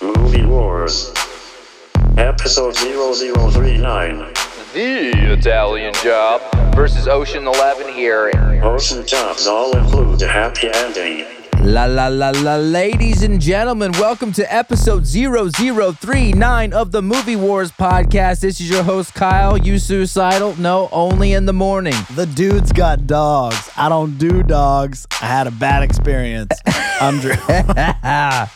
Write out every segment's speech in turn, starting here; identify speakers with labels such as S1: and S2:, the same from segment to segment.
S1: Movie Wars, episode 0039,
S2: The Italian Job versus Ocean Eleven here.
S1: Ocean Jobs all include a happy ending.
S3: La la la la, ladies and gentlemen, welcome to episode 0039 of the Movie Wars podcast. This is your host, Kyle. You suicidal? No, only in the morning.
S4: The dude's got dogs. I don't do dogs. I had a bad experience. I'm Drew.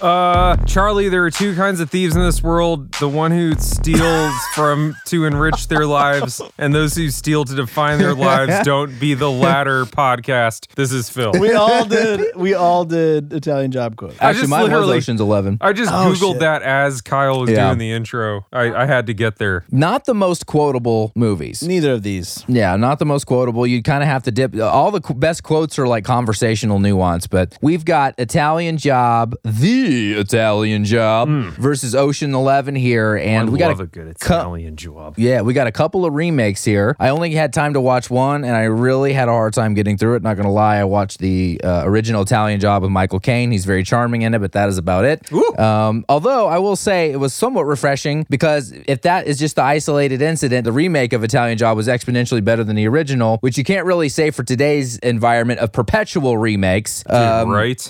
S5: Uh, Charlie, there are two kinds of thieves in this world the one who steals from to enrich their lives, and those who steal to define their lives. Don't be the latter podcast. This is Phil.
S4: we all did. We all did Italian job quote.
S5: I
S3: Actually,
S5: just
S3: mine was
S5: literally-
S3: Ocean's 11.
S5: I just
S4: Oh,
S5: Googled
S4: shit.
S5: that as Kyle was
S3: Yeah.
S5: doing the intro. I, I had to get there.
S3: Not the most quotable movies.
S4: Neither of these.
S3: Yeah, not the most quotable. You kind of have to dip. All the qu- best quotes are like conversational nuance, but we've got Italian Job, the Italian Job versus Ocean Eleven here, and we got
S5: love
S3: a,
S5: a good Italian job.
S3: yeah, we got a couple of remakes here. I only had time to watch one, and I really had a hard time getting through it. Not gonna lie, I watched the uh, original Italian Job with Michael Caine. He's very charming in it, but that is about it. Um, although I will say it was somewhat refreshing because if that is just the isolated incident, the remake of Italian Job was exponentially better than the original, which you can't really say for today's environment of perpetual remakes. Um,
S5: right?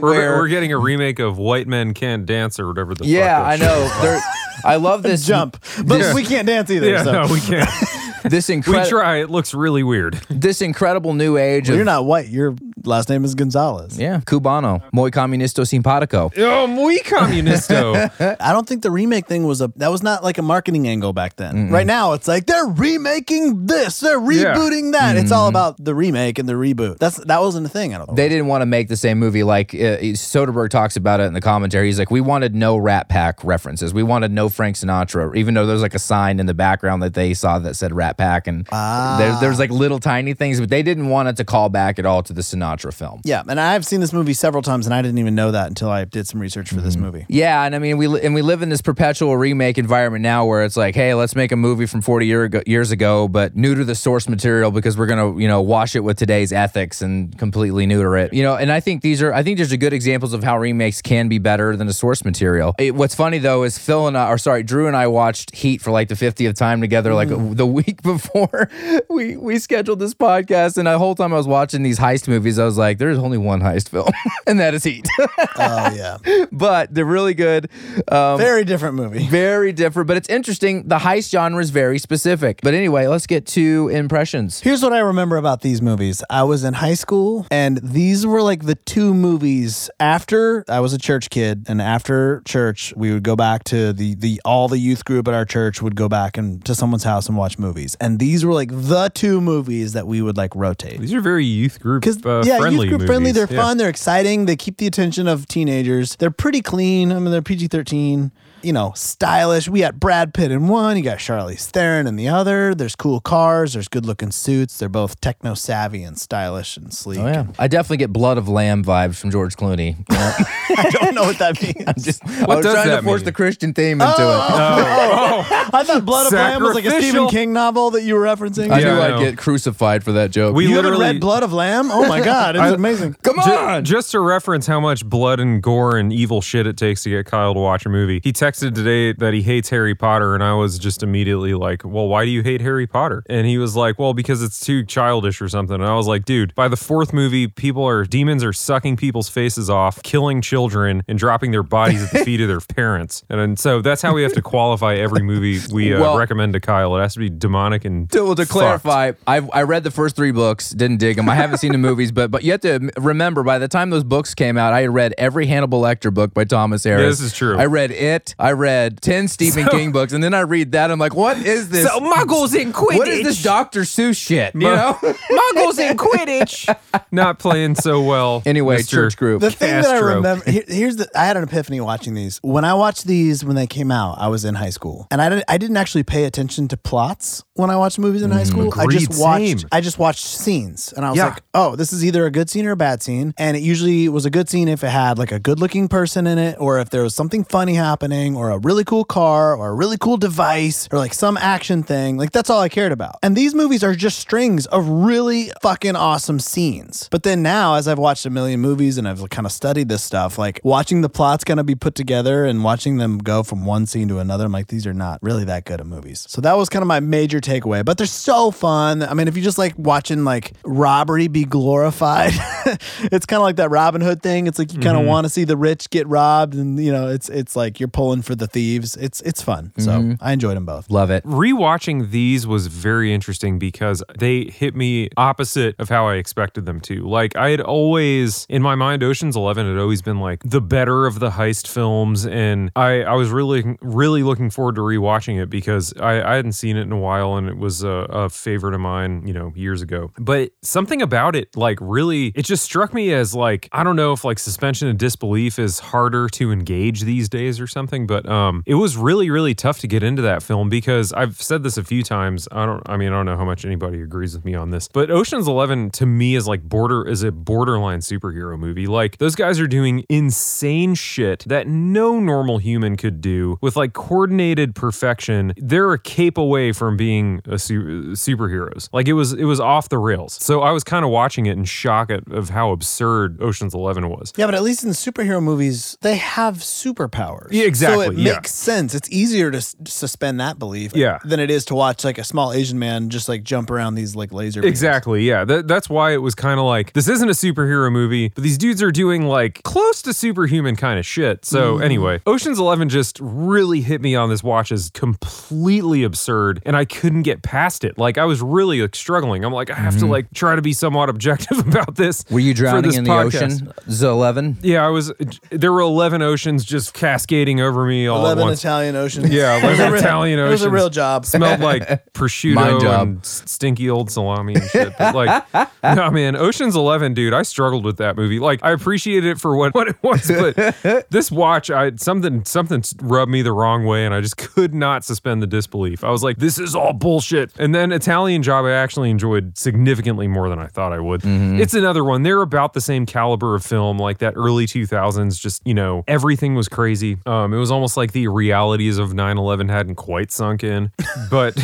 S3: where-
S5: we're getting a remake of White Men Can't Dance or whatever the
S3: Yeah,
S5: fuck that
S3: I
S5: shit
S3: know.
S5: is.
S3: There- I love this
S4: Jump. But
S3: Yeah.
S4: we can't dance either.
S5: Yeah,
S4: so.
S5: no, we can't.
S3: This
S5: we
S3: incredible,
S5: try. It looks really weird.
S3: this incredible new age.
S4: Well,
S3: of
S4: you're not white. Your last name is Gonzalez.
S3: Yeah, cubano, muy comunisto simpático.
S5: Oh, muy comunisto.
S4: I don't think the remake thing was a. That was not like a marketing angle back then. Right now, it's like they're remaking this. They're rebooting that. It's all about the remake and the reboot. That's that wasn't a thing. I don't. think.
S3: They didn't want to make the same movie. Like uh, Soderbergh talks about it in the commentary. He's like, we wanted no Rat Pack references. We wanted no Frank Sinatra, even though there's like a sign in the background that they saw that said Rat Pack, and there, there's like little tiny things, but they didn't want it to call back at all to the Sinatra film.
S4: Yeah, and I've seen this movie several times, and I didn't even know that until I did some research for this movie.
S3: Yeah, and I mean we li- and we live in this perpetual remake environment now where it's like, hey, let's make a movie from 40 year ago, years ago, but neuter the source material because we're gonna you know wash it with today's ethics and completely neuter it. You know, and I think these are I think these are good examples of how remakes can be better than the source material. It- what's funny though is Phil and I, or sorry, Drew and I watched Heat for like the 50th time together, like the week before we we scheduled this podcast, and the whole time I was watching these heist movies, I was like, there's only one heist film, and that is Heat.
S4: Oh yeah,
S3: but they're really good. Um,
S4: very different movie.
S3: very different, but it's interesting. The heist genre is very specific. But anyway, let's get to impressions.
S4: Here's what I remember about these movies. I was in high school, and these were like the two movies after I was a church kid, and after church, we would go back to the the all the youth group at our church would go back and to someone's house and watch movies, and these were like the two movies that we would like rotate.
S5: These are very youth group
S4: Because
S5: uh,
S4: yeah,
S5: friendly
S4: youth group
S5: movies.
S4: friendly. They're
S5: Yeah.
S4: fun. They're exciting. They keep the attention of teenagers. They're pretty clean. I mean, they're PG thirteen. You know, stylish. We got Brad Pitt in one. You got Charlize Theron in the other. There's cool cars. There's good looking suits. They're both techno savvy and stylish and sleek.
S3: Oh, yeah. I definitely get blood of lamb vibes from George Clooney.
S4: I don't know what that means.
S3: Just, I was
S5: does
S3: trying to
S5: that
S3: force
S5: mean? Oh!
S3: the Christian theme into it.
S4: I thought Blood of Lamb was like a Stephen
S5: Sacrificial.
S4: King novel that you were referencing.
S3: I
S5: Yeah,
S3: knew
S5: I
S3: I'd
S5: know.
S3: get crucified for that joke.
S5: We
S4: you haven't
S5: literally
S4: read Blood of Lamb? Oh my God, it's amazing.
S3: Come
S5: Ju-
S3: on.
S5: Just to reference how much blood and gore and evil shit it takes to get Kyle to watch a movie. He texted today that he hates Harry Potter, and I was just immediately like, Well, why do you hate Harry Potter? And he was like, Well, because it's too childish or something. And I was like, Dude, by the fourth movie, people are demons are sucking people's faces off, killing children, and dropping their bodies at the feet of their parents. And, and so that's how we have to qualify every movie we uh,
S3: Well-
S5: recommend to Kyle. It has to be demonic and.
S3: To, well, to
S5: fucked.
S3: clarify, I've, I read the first three books, didn't dig them. I haven't seen the movies, but but you have to remember by the time those books came out, I had read every Hannibal Lecter book by Thomas Harris.
S5: Yeah, this is true.
S3: I read it. I read ten Stephen King books, and then I read that. I'm like, what is this?
S6: So muggles in Quidditch.
S3: what is this Doctor Seuss shit? You
S5: Mo-
S3: know.
S6: Muggles in Quidditch.
S5: Not playing so well.
S3: anyway,
S5: Mr.
S3: church group.
S4: The thing that I
S5: Castro.
S4: remember here, here's the I had an epiphany watching these. When I watched these when they came out, I was in high school, and I didn't I didn't actually pay attention to plots. when I watched movies in high school. I
S5: Mm, agreed,
S4: just watched
S5: same.
S4: I just watched scenes and I was
S5: Yeah.
S4: like, oh, this is either a good scene or a bad scene. And it usually was a good scene if it had like a good looking person in it, or if there was something funny happening, or a really cool car, or a really cool device, or like some action thing. Like that's all I cared about. And these movies are just strings of really fucking awesome scenes. But then now, as I've watched a million movies and I've kind of studied this stuff, like watching the plots kind of be put together and watching them go from one scene to another, I'm like, these are not really that good of movies. So that was kind of my major takeaway. But they're so fun. I mean, if you just like watching like robbery be glorified, it's kind of like that Robin Hood thing. It's like you
S3: Mm-hmm.
S4: kind of want to see the rich get robbed, and you know, it's it's like you're pulling for the thieves. It's it's fun. So I enjoyed them both.
S3: Mm-hmm. Love it.
S5: Rewatching these was very interesting because they hit me opposite of how I expected them to. Like I had always in my mind Ocean's 11 had always been like the better of the heist films and I I was really really looking forward to rewatching it because I I hadn't seen it in a while and it was a, a favorite of mine, you know, years ago. But something about it like really it just struck me as like I don't know if like suspension of disbelief is harder to engage these days or something, but um it was really really tough to get into that film because I've said this a few times. I don't I mean I don't know how much anybody agrees with me on this, but Ocean's 11 to me is like border is a borderline superhero movie. Like those guys are doing insane shit that no normal human could do with like coordinated perfection. They're a cape away from being a su- superheroes. Like it was it was off the rails. So I was kind of watching it in shock at, of how absurd Ocean's 11 was.
S4: Yeah, but at least in superhero movies, they have superpowers.
S5: Yeah, exactly,
S4: So it
S5: yeah.
S4: makes sense. It's easier to s- suspend that belief
S5: Yeah.
S4: than it is to watch like a small Asian man just like jump around these like laser beams.
S5: Exactly. Yeah. That, that's why it was kind of like this isn't a superhero movie, but these dudes are doing like close to superhuman kind of shit. So
S3: Mm-hmm.
S5: anyway, Ocean's Eleven just really hit me on this watch as completely absurd, and I couldn't get past it. Like I was really like struggling. I'm like I have to like try to be somewhat objective about this.
S3: Mm-hmm. Were you
S5: for
S3: drowning
S5: this
S3: in the
S5: podcast.
S3: ocean? Z eleven.
S5: Yeah, I was. There were eleven oceans just cascading over me all at
S4: Eleven
S5: once.
S4: Italian oceans.
S5: Yeah,
S4: It was
S5: eleven
S4: a real-
S5: Italian
S4: It was a
S5: oceans.
S4: real job.
S5: smelled like prosciutto
S3: Mind job.
S5: and s- stinky old salami and shit. But like, no man, Ocean's Eleven, dude. I struggled with that movie. Like, I appreciated it for what, what it was, but this watch, I something something rubbed me the wrong way, and I just could not suspend the disbelief. I was like, this is all bullshit. And then Italian Job, I actually enjoyed significantly more than I thought I would. It's another one. They're about the same caliber of film, like that early two thousands. Just you know, everything was crazy. Um, it was almost like the realities of 9-11 hadn't quite sunk in, but.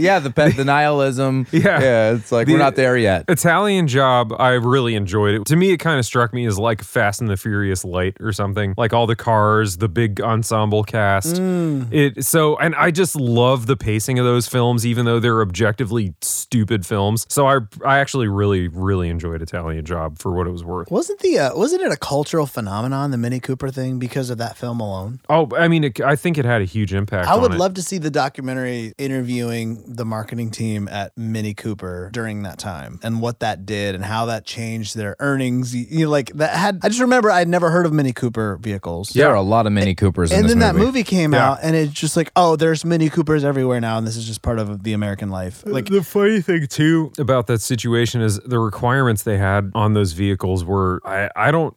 S3: yeah, the pet, the nihilism.
S5: Yeah.
S3: yeah. It's like
S5: The-
S3: we're not there yet.
S5: Italian Job, I really enjoyed it. To me, it kind of struck me as like Fast and the Furious light or something. Like all the cars, the big ensemble cast.
S4: Mm.
S5: It so, and I just love the pacing of those films, even though they're objectively stupid films. So I, I actually really, really enjoyed Italian Job for what it was worth.
S4: Wasn't the uh, wasn't it a cultural phenomenon the Mini Cooper thing because of that film alone?
S5: Oh, I mean, it, I think it had a huge impact.
S4: I
S5: on
S4: would
S5: it.
S4: love to see the documentary interviewing the marketing team at Mini Cooper during that time and what that did and how that changed their earnings. You you know, like that had. I just remember I'd never heard of Mini Cooper vehicles.
S3: There are a lot of Mini Coopers in
S4: And
S3: this
S4: then that
S3: movie.
S4: movie came
S5: Yeah.
S4: out, and it's just like, oh, there's Mini Coopers everywhere now, and this is just part of the American life. Like,
S5: the funny thing too about that situation is the requirements they had on those vehicles were I, I don't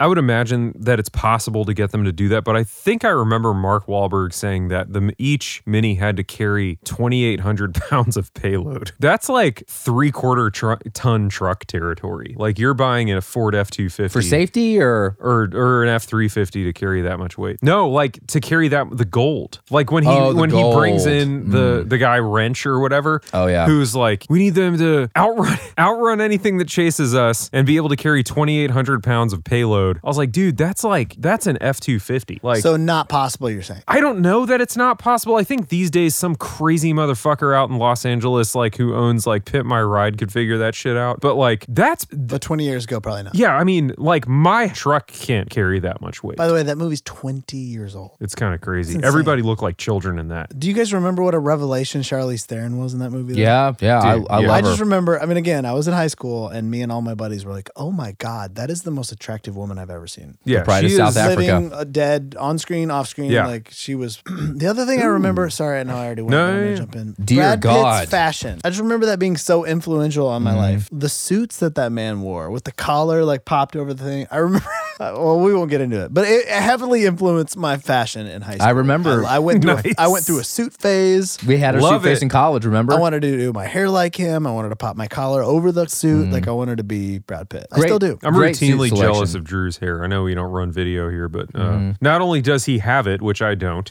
S5: I would imagine that it's possible to get them to do that, but I think I remember Mark Wahlberg saying that the each mini had to carry 2,800 pounds of payload. That's like three quarter tru- ton truck territory. Like you're buying a Ford F 250
S3: for safety or
S5: or or an F three fifty to carry that much weight. No, like to carry that the gold. Like when he
S3: Oh, the
S5: when he brings
S3: gold. Mm.
S5: in the the guy wrench or whatever.
S3: Oh, yeah.
S5: who's like we need them to outrun outrun anything that chases us and be able to carry twenty eight hundred pounds of payload. I was like, dude, that's like that's an F two fifty. Like
S4: so not possible. You're saying?
S5: I don't know that it's not possible. I think these days some crazy motherfucker out in Los Angeles, like who owns like Pit My Ride, could figure that shit out. But like that's
S4: But 20 years ago, probably not.
S5: yeah, I mean, like my truck can't carry that much weight.
S4: By the way, that movie's 20 years old.
S5: It's kind of crazy.
S4: insane.
S5: Everybody looked like children in that.
S4: Do you guys remember what a revelation Charlize Theron was in that movie? though?
S3: yeah, yeah.
S5: Dude,
S3: I, I
S5: yeah.
S3: love
S4: I just
S3: her.
S4: remember. I mean, again, I was in high school, and me and all my buddies were like, "Oh my god, that is the most attractive woman I've ever seen."
S5: Yeah,
S3: Pride of
S5: she
S3: South
S5: is-
S3: Africa.
S4: Living uh, dead on screen, off screen,
S5: Yeah.
S4: like she was. the other thing I remember, sorry, I know I already went.
S5: No,
S4: but I'm gonna
S5: yeah.
S4: jump in.
S3: Dear
S4: Brad Pitt's
S3: God. Mm-hmm.
S4: fashion. I just remember that being so influential on my life. The suits that that man wore with the collar like popped over the thing. I remember.
S7: Uh, well, we won't get into it, but it heavily influenced my fashion in high school.
S3: I remember.
S7: I, I went through.
S5: Nice.
S7: A, I went through a suit phase.
S3: We had a suit
S5: Love
S3: face
S5: it.
S3: in college, remember?
S7: I wanted to do my hair like him. I wanted to pop my collar over the suit. Like I wanted to be Brad Pitt. I
S3: Mm-hmm. Great.
S7: still do.
S5: I'm
S3: Great suit
S5: routinely
S3: selection. Mm-hmm.
S5: jealous of Drew's hair. I know we don't run video here, but uh, not only does he have it, which I don't,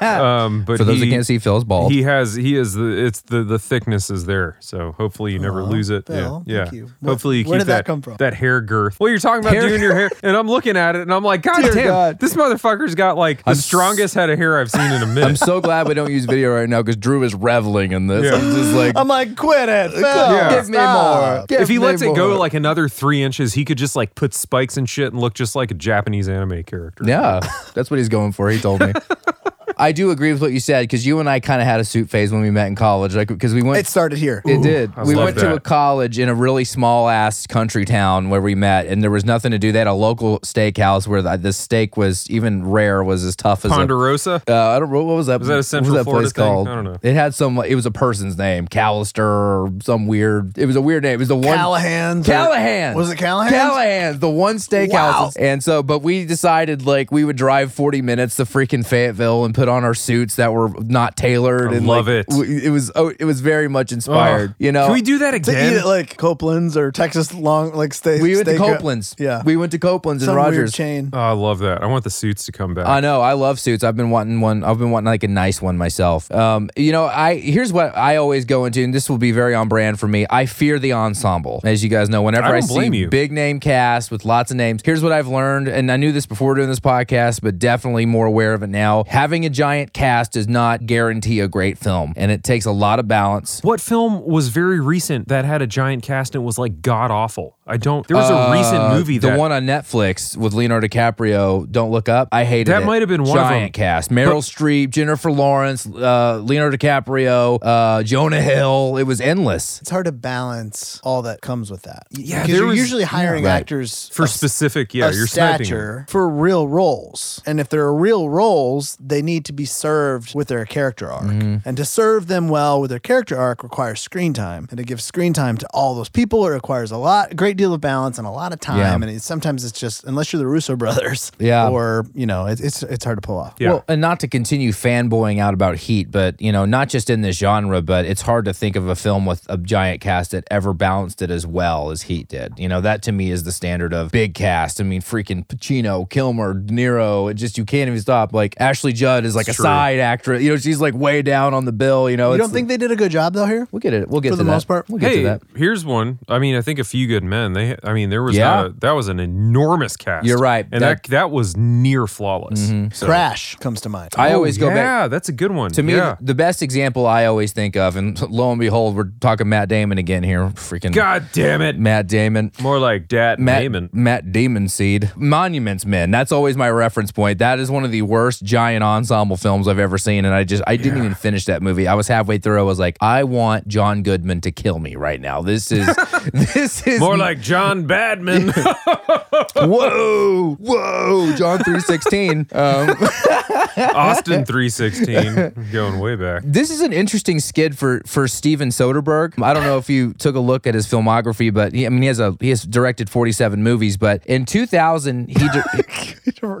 S5: um, but
S3: For those
S5: he,
S3: that can't see, Phil's bald.
S5: he has he is the it's the the thickness is there. So hopefully you never lose it.
S7: Phil,
S5: yeah, yeah.
S7: thank you.
S5: Hopefully you
S7: Where- where
S5: keep
S7: did that come from?
S5: That hair girth. Well, you're talking about
S3: Hair-
S5: doing your hair, and I'm looking at it, and I'm like, God
S3: Dear
S5: damn,
S3: God.
S5: this motherfucker's got like the
S3: I'm s-
S5: strongest head of hair I've seen in a minute.
S3: I'm so glad we don't use video right now because Drew is reveling in this.
S5: Yeah.
S3: I'm just like, uh,
S7: I'm like, quit it. Phil,
S5: Yeah.
S3: give me
S7: stop."
S3: more. Give
S5: if he
S3: me
S5: lets it go
S3: more."
S5: like another three inches, he could just like put spikes and shit and look just like a Japanese anime character.
S3: Yeah, that's what he's going for. He told me. I do agree with what you said because you and I kind of had a suit phase when we met in college, like because we went.
S7: It started here.
S3: it did.
S5: I
S3: we
S5: love
S3: went to
S5: that.
S3: a college in a really small ass country town where we met, and there was nothing to do. They had a local steakhouse where the, the steak was even rare, was as tough as a
S5: Ponderosa.
S3: Uh, I don't. What was that?
S5: Was that a Central
S3: what was that
S5: Florida
S3: place
S5: thing?
S3: called?
S5: I don't know.
S3: It had some. It was a person's name, Callister or some weird. It was a weird name. It was the one.
S7: Callahan's. or-
S3: Callahan.
S7: Was it Callahan's?
S3: Callahan's, the one steakhouse.
S7: Wow.
S3: And so, but we decided like we would drive 40 minutes to freaking Fayetteville and put on our suits that were not tailored.
S5: I
S3: and
S5: love
S3: like,
S5: it.
S3: w- it was oh, it was very much inspired.
S5: Ugh.
S3: You know,
S5: Can we do that
S7: To eat
S5: again?
S7: at like Copeland's or Texas long like steak.
S3: We went to
S7: steak- uh,
S3: Copeland's.
S7: Yeah.
S3: we went to Copeland's
S7: Some
S3: and
S7: weird
S3: Rogers.
S7: chain.
S5: Oh, I love that. I want the suits to come back.
S3: I know. I love suits. I've been wanting one. I've been wanting like a nice one myself. Um, you know, I here's what I always go into, and this will be very on brand for me. I fear the ensemble, as you guys know. Whenever
S5: I
S3: I,
S5: don't
S3: see
S5: blame you.
S3: big name cast with lots of names, here's what I've learned, and I knew this before doing this podcast, but definitely more aware of it now. Having a giant cast does not guarantee a great film, and it takes a lot of balance.
S5: What film was very recent that had a giant cast and was like god awful? I don't. There was a recent
S3: Uh,
S5: movie
S3: the
S5: that
S3: one on Netflix with Leonardo DiCaprio. Don't look up. I hated
S5: That
S3: it.
S5: might have been one of
S3: giant
S5: them.
S3: cast: Meryl Streep, Jennifer Lawrence, uh, Leonardo DiCaprio, uh, Jonah Hill. It was endless.
S7: It's hard to balance all that comes with that.
S5: Yeah,
S7: because
S5: there
S7: you're
S5: was-
S7: usually hiring
S3: right.
S7: actors
S5: for
S7: of-
S5: specific. Yeah,
S7: of
S5: you're sniping. it.
S7: stature for real roles. And if there are real roles, they need to be served with their character arc.
S3: Mm-hmm.
S7: And to serve them well with their character arc requires screen time. And to give screen time to all those people, it requires a lot, a great deal of balance and a lot of time.
S3: Yeah.
S7: And it, sometimes it's just, unless you're the Russo brothers,
S3: Yeah.
S7: or, you know, it, it's, it's hard to pull off.
S5: Yeah.
S3: Well, and not to continue fanboying out about Heat, but you know, not just in this genre, but it's hard to think of a film with a giant cast that ever balanced it as well as Heat did. You know, that to me is the standard of big cast. I mean, freaking Pacino, Kilmer, De Niro. It just you can't even stop. Like Ashley Judd is like a
S5: It's true.
S3: side actress. You know, she's like way down on the bill. You know,
S7: You
S3: it's
S7: don't think they did a good job though here?
S3: We'll get it. We'll get
S7: For
S3: to
S7: the
S3: that.
S7: most part.
S3: We'll get to
S5: hey,
S3: that.
S5: here's one. I mean, I think a few good men. They, I mean, there was
S3: Yeah.
S5: not a, that was an enormous cast.
S3: You're right.
S5: and that
S3: That-
S5: that, was near flawless. So-
S7: Crash comes to mind.
S3: I always go
S5: yeah,
S3: back.
S5: that's a good one.
S3: To me,
S5: yeah.
S3: the best example I always think of, and lo and behold, we're talking Matt Damon again here. Freaking
S5: God damn it.
S3: Matt Damon.
S5: More like Dat
S3: Matt,
S5: Damon.
S3: Matt Damon Seed. Monuments Men. That's always my reference point. That is one of the worst giant ensemble films I've ever seen. And I just, I didn't even finish that movie. I was halfway through. I was like, I want John Goodman to kill me right now. This is, this is
S5: More like John Badman.
S3: whoa, whow, John 316. Um,
S5: Austin 316. Going way back.
S3: This is an interesting skid for for Steven Soderbergh. I don't know if you took a look at his filmography, but he, I mean, he has a he has directed 47 movies. But in 2000, he di-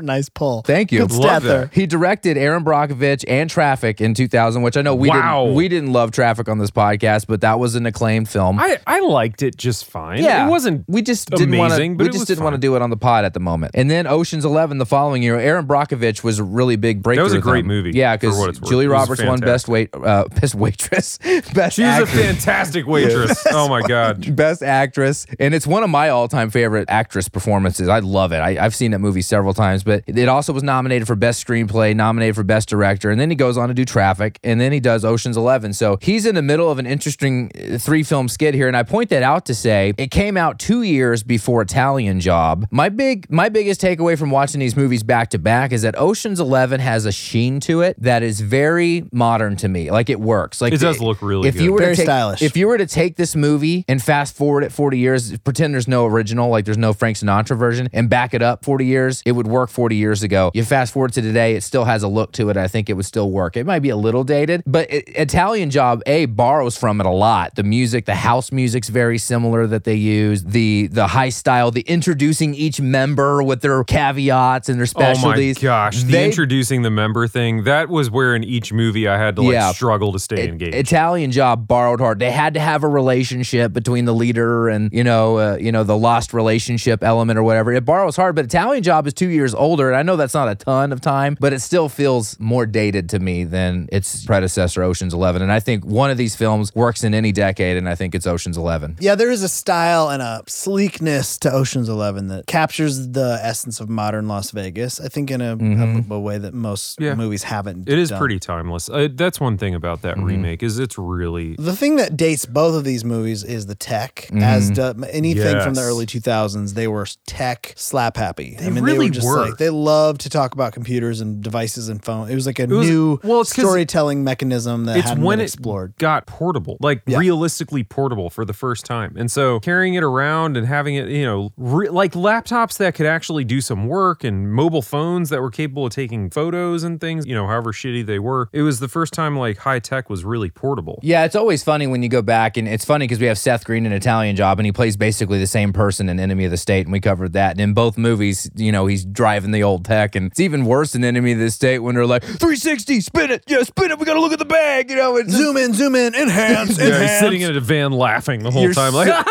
S7: nice pull.
S3: thank you.
S7: Good stat
S5: Love that.
S7: there.
S3: He directed Aaron Brockovich and Traffic in 2000, which I know we
S5: Wow.
S3: didn't we didn't love Traffic on this podcast, but that was an acclaimed film.
S5: I, I liked it just fine.
S3: yeah,
S5: It wasn't
S3: We just didn't want to.
S5: amazing, but
S3: We
S5: it
S3: just
S5: was
S3: didn't want to
S5: fine.
S3: do it on the pod at the moment. And then Ocean's Eleven the following year. Aaron Brockovich was a really big breakthrough.
S5: was a
S3: with
S5: great
S3: him.
S5: movie,
S3: Yeah,
S5: for what
S3: because
S5: it's worth.
S3: Julie
S5: It was
S3: Roberts won best wait uh, best waitress. best
S5: She's a
S3: actress.
S5: fantastic waitress. oh my god.
S3: Best actress, and it's one of my all-time favorite actress performances. I love it. I, I've seen that movie several times, but it also was nominated for best screenplay, nominated for best director, and then he goes on to do Traffic, and then he does Ocean's Eleven. So he's in the middle of an interesting uh, three-film skid here, and I point that out to say it came out two years before Italian Job. My big, my biggest takeaway from watching these movies back to back is that Ocean's Eleven has a sheen to it that is very modern to me. Like it works. Like
S5: It does look really
S3: if
S5: good.
S3: You were to
S7: Very
S3: take-
S7: stylish.
S3: If you were to take this movie and fast forward it 40 years, pretend there's no original, like there's no Frank Sinatra version, and back it up 40 years, it would work work 40 years ago. You fast forward to today, it still has a look to it. I think it would still work. It might be a little dated, but it, Italian Job A borrows from it a lot. The music, the house music's very similar that they use. The the high style, the introducing each member with their caveats and their specialties.
S5: Oh my gosh, the
S3: They-
S5: introducing the member thing, that was where in each movie I had to like
S3: Yeah.
S5: struggle to stay engaged.
S3: Italian job borrowed hard. They had to have a relationship between the leader and you know, uh, you know, the lost relationship element or whatever. It borrows hard, but Italian job is two years older, and I know that's not a ton of time, but it still feels more dated to me than its predecessor, Ocean's Eleven. And I think one of these films works in any decade, and I think it's Ocean's Eleven.
S4: Yeah, there is a style and a sleekness to Ocean's Eleven that captures the essence of modern Las Vegas. I think in a, a, a way that most
S5: Yeah.
S4: movies haven't.
S5: it is
S4: done.
S5: pretty timeless. Uh, that's one thing about
S3: Mm-hmm.
S5: that remake is it's really
S4: The thing that dates both of these movies is the tech. As do, anything from the
S5: Yes.
S4: early 2000s, they were tech slap happy.
S5: They really were.
S4: like they loved to talk about computers and devices and phone. It was like a
S5: was-
S4: new
S5: well, it's 'cause
S4: storytelling mechanism that
S5: it's
S4: hadn't
S5: when
S4: been
S5: it
S4: explored.
S5: got portable, like realistically portable for the first time. And so carrying it around and having it, you know, re- like laptops that could actually do some work and mobile phones that were capable of taking photos and things, you know, however shitty they were. It was the first time like high tech was really portable.
S3: Yeah, it's always funny when you go back, and it's funny because we have Seth Green in Italian Job, and he plays basically the same person in Enemy of the State, and we covered that. And in both movies, you know, he's driving the old tech, and it's even worse in Enemy of the State when they're like, 360, spin it, yeah, spin it, we gotta look at the bag, you know. It's
S4: Zoom in, zoom in, enhance,
S5: Yeah, he's
S4: enhance.
S5: sitting in a van laughing the whole
S3: You're
S5: time. Like,
S3: so-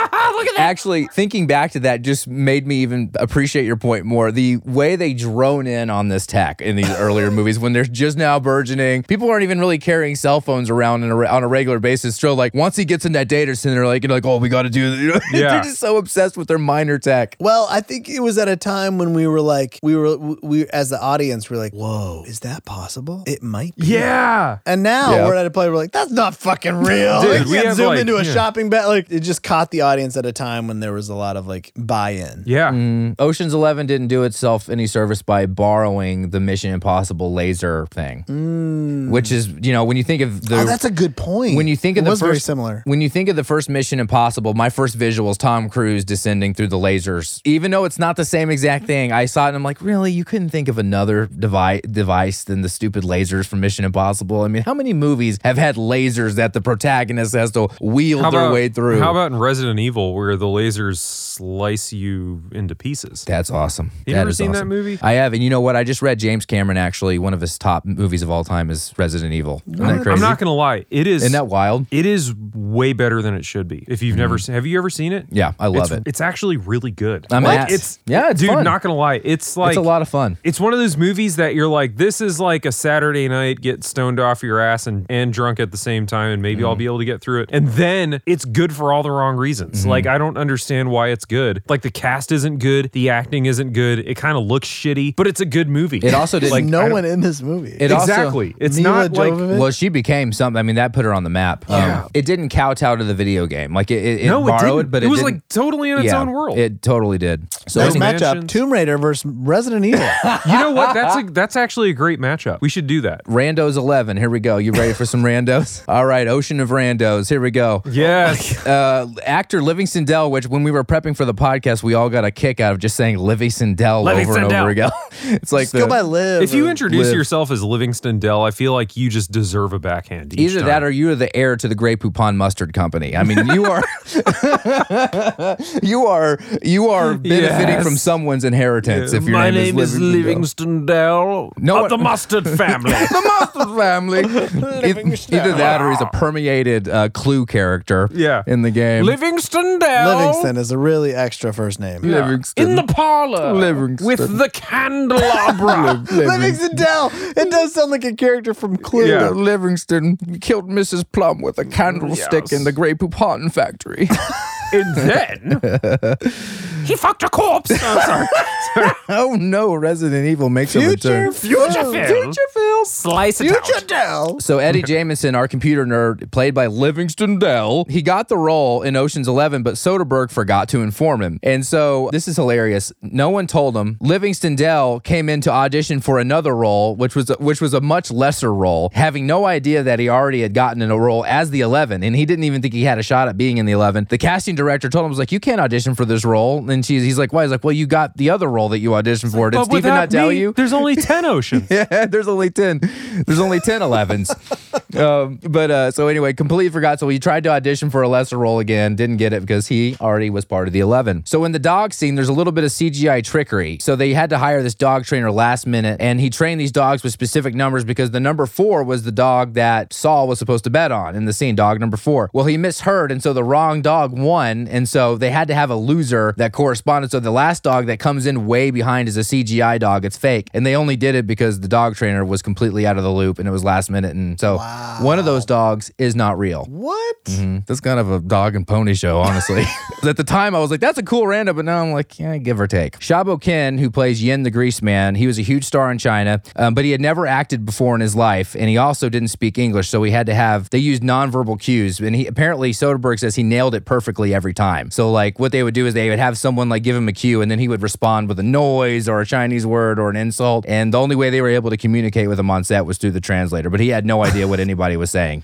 S3: Actually, thinking back to that just made me even appreciate your point more. The way they drone in on this tech in these earlier movies when they're just now burgeoning, people aren't even really carrying cell phones around in a, re- on a regular basis. So, like, once he gets in that data center, like, you're like, oh, we got to do this. You know?
S5: Yeah.
S3: they're just so obsessed with their minor tech.
S4: Well, I think it was at a time when we were like, we were, we as the audience, we were like, whoa, is that possible? It might be.
S5: yeah.
S4: And now
S3: Yeah.
S4: we're at a place where we're like, that's not fucking real.
S5: Dude,
S4: Like,
S5: we
S4: you
S5: have,
S4: zoom
S5: like-
S4: into a
S5: yeah.
S4: shopping bag. Like it just caught the audience at a time when there was a lot of like buy-in.
S5: Yeah.
S3: Mm. Ocean's Eleven didn't do itself any service by borrowing the Mission Impossible laser thing, which is, you know, when you think of the.
S4: Mm. Oh, that's a good point.
S3: When you think
S4: it
S3: of the
S4: was
S3: first,
S4: very similar.
S3: When you think of the first Mission Impossible, my first visual is Tom Cruise descending through the lasers. Even though it's not the same
S4: Mm-hmm.
S3: exact thing, I saw it and I'm like, really? You couldn't think of another device device than the stupid lasers from Mission Impossible. I mean, how many movies have had lasers that the protagonist has to wield their way through?
S5: How about in Resident Evil where the lasers slice you into pieces?
S3: That's awesome.
S5: You
S3: That
S5: never
S3: is
S5: seen that
S3: awesome.
S5: movie?
S3: I have, and you know what? I just read James Cameron actually one of his top movies of all time is Resident Evil. Isn't that crazy?
S5: I'm not gonna lie, it is
S3: Isn't that wild?
S5: it is way better than it should be. If you've never seen, have you ever seen it?
S3: Mm-hmm. Yeah, I love
S5: it's,
S3: it.
S5: It's actually really good.
S3: I'm
S5: Like,
S3: ass.
S5: it's
S3: Yeah, it's
S5: dude.
S3: fun.
S5: Not gonna lie, it's like
S3: it's a lot of fun.
S5: It's one of those movies that you're like, this is like a Saturday night, get stoned off your ass and, and drunk at the same time, and maybe I'll
S3: Mm-hmm.
S5: be able to get through it. And then it's good for all the wrong reasons.
S3: Mm-hmm.
S5: Like, I don't understand why it's good. Like, the cast isn't good, the acting isn't good, it kind of looks shitty, but it's a good movie.
S3: It also didn't-
S5: like, I
S4: no
S5: don't-
S4: one in this movie.
S3: It also-
S5: Exactly. it's
S4: Mila
S5: not like.
S4: Jovovich?
S3: Well, she became something. I mean, that put her on the map. Yeah. it didn't kowtow to the video game. Like it, it, it
S5: No, it
S3: borrowed,
S5: didn't.
S3: but
S5: It
S3: it,
S5: was
S3: didn't-
S5: like totally in its
S3: Yeah,
S5: own world.
S3: It totally did. So
S4: Nice
S5: Those
S4: matchup:
S5: mansions.
S4: Tomb Raider versus Resident Evil.
S5: you know what? That's a, that's actually a great matchup. We should do that.
S3: Randos eleven. Here we go. You ready for some randos? All right, Ocean of Randos. Here we go.
S5: Yes.
S3: Uh, actor Livingston Dell, which when we were prepping for the podcast, we all got a kick out of just saying Livingston Dell over
S5: Livingston
S3: and
S5: Dell.
S3: over again. it's like
S4: Just go
S3: the-
S4: by live.
S5: if you
S4: or-
S5: introduce
S3: live.
S5: yourself as Livingston Dell, I feel like you just deserve a backhand. each
S3: Either
S5: time.
S3: that or you are the heir to the Grey Poupon Mustard Company. I mean, you are you are you are benefiting
S5: Yes.
S3: from someone's inheritance if your
S5: My
S3: name, is Livingston Dell.
S5: Dell
S3: No
S5: of
S3: one-
S5: the Mustard family.
S3: the monster family. Eith- Either that or he's a permeated uh, clue character
S5: Yeah.
S3: in the game.
S5: Livingston Dell.
S4: Livingston is a really extra first name.
S3: Livingston.
S5: In the parlor.
S3: Livingston.
S5: With the candelabra.
S4: Livingston Dell. It does sound like a character from Clue.
S5: Yeah.
S3: Livingston killed Mrs. Plum with a candlestick
S5: Yes.
S3: in the Grey Poupon factory.
S5: and then he fucked a corpse. I'm sorry.
S3: oh no, Resident Evil makes a return.
S5: Future Phil. Slice it out.
S4: Dell.
S3: So Eddie Jamison, our computer nerd, played by Livingston Dell, he got the role in Ocean's Eleven, but Soderbergh forgot to inform him. And so this is hilarious. No one told him. Livingston Dell came in to audition for another role, which was which was a much lesser role, having no idea that he already had gotten in a role as the Eleven, and he didn't even think he had a shot at being in the Eleven. The casting director told him was like, "You can't audition for this role, and and she's he's like, why? He's like, well, you got the other role that you auditioned for. Did
S5: But
S3: Stephen not
S5: without
S3: tell
S5: me,
S3: you?
S5: There's only 10 oceans.
S3: yeah, there's only 10. There's only 10 11s. um, but uh, so anyway, completely forgot. So he tried to audition for a lesser role again, didn't get it because he already was part of the 11. So in the dog scene, there's a little bit of CGI trickery. So they had to hire this dog trainer last minute, and he trained these dogs with specific numbers because the number four was the dog that Saul was supposed to bet on in the scene, dog number four. Well, he misheard, and so the wrong dog won. And so they had to have a loser that corresponded. So the last dog that comes in way behind is a CGI dog. It's fake. And they only did it because the dog trainer was completely out of the loop and it was last minute. And so one of those dogs is not real.
S4: What?
S3: Mhm. That's kind of a dog and pony show, honestly. At the time, I was like, that's a cool random, but now I'm like, yeah, give or take. Shabo Ken, who plays Yin the Grease Man, he was a huge star in China, um, but he had never acted before in his life, and he also didn't speak English, so he had to have, they used nonverbal cues, and he apparently, Soderbergh says he nailed it perfectly every time. So, like, what they would do is they would have someone, like, give him a cue, and then he would respond with a noise or a Chinese word or an insult, and the only way they were able to communicate with him on set was through the translator, but he had no idea what anybody was saying.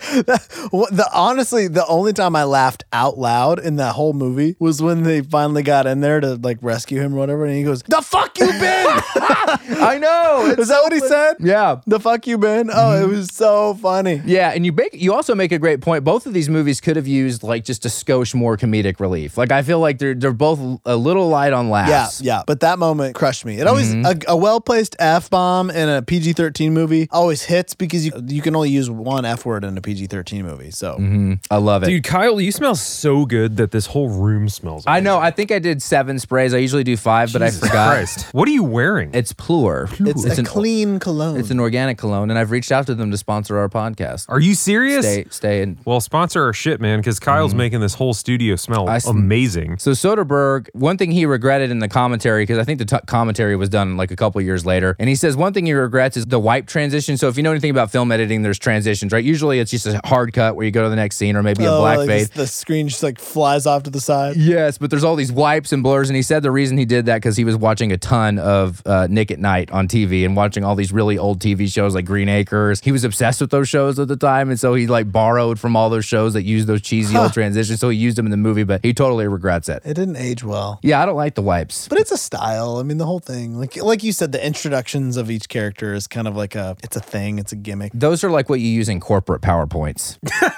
S4: What, the honestly, the only time I laughed out loud in that whole movie was when they finally got in there to like rescue him or whatever, and he goes, "The fuck you been?"
S3: I know!
S4: Is that what he said?
S3: yeah. Mm-hmm.
S4: The fuck you been? Oh, it was so funny.
S3: Yeah, and you make you also make a great point. Both of these movies could have used like just a skosh more comedic relief. Like I feel like they're they're both a little light on
S4: Yeah,
S3: laughs.
S4: yeah. But that moment crushed me. It always
S3: Mm-hmm.
S4: a, a well placed f bomb in a PG thirteen movie always hits because you you can only use one f word in a PG thirteen movie. So
S3: Mm-hmm. I love it.
S5: Dude, Kyle, you smell so good that this whole room smells.
S3: I know.
S5: amazing.
S3: I think I did seven sprays. I usually do five, but I forgot.
S5: Christ. What are you wearing?
S3: It's Plur.
S4: it's, a
S3: an,
S4: clean cologne.
S3: It's an organic cologne, and I've reached out to them to sponsor our podcast.
S5: are you serious?
S3: Stay, stay, and
S5: Well, sponsor our shit, man, because Kyle's making this whole studio smell
S3: Mm-hmm. I sm-
S5: amazing.
S3: So Soderbergh, one thing he regretted in the commentary, because I think the t- commentary was done like a couple years later, and he says one thing he regrets is the wipe transition. So if you know anything about film editing, there's transitions, right? Usually it's just a hard cut where you go to the next scene or maybe a
S4: Oh,
S3: black
S4: like,
S3: fade.
S4: The screen just like flies off to the side.
S3: Yes, but there's all these wipes and blurs, and he said the reason he did that because he was watching a ton of uh, Nick at Night on TV and watching all these really old TV shows like Green Acres. He was obsessed with those shows at the time, and so he like borrowed from all those shows that used those cheesy old transitions. So he used them in the movie, but he totally regrets it.
S4: It didn't age well.
S3: Yeah, I don't like the wipes.
S4: But it's a style. I mean, the whole thing, like like you said, the introductions of each character is kind of like a, it's a thing, it's a gimmick.
S3: those are like what you use in corporate powerpoints.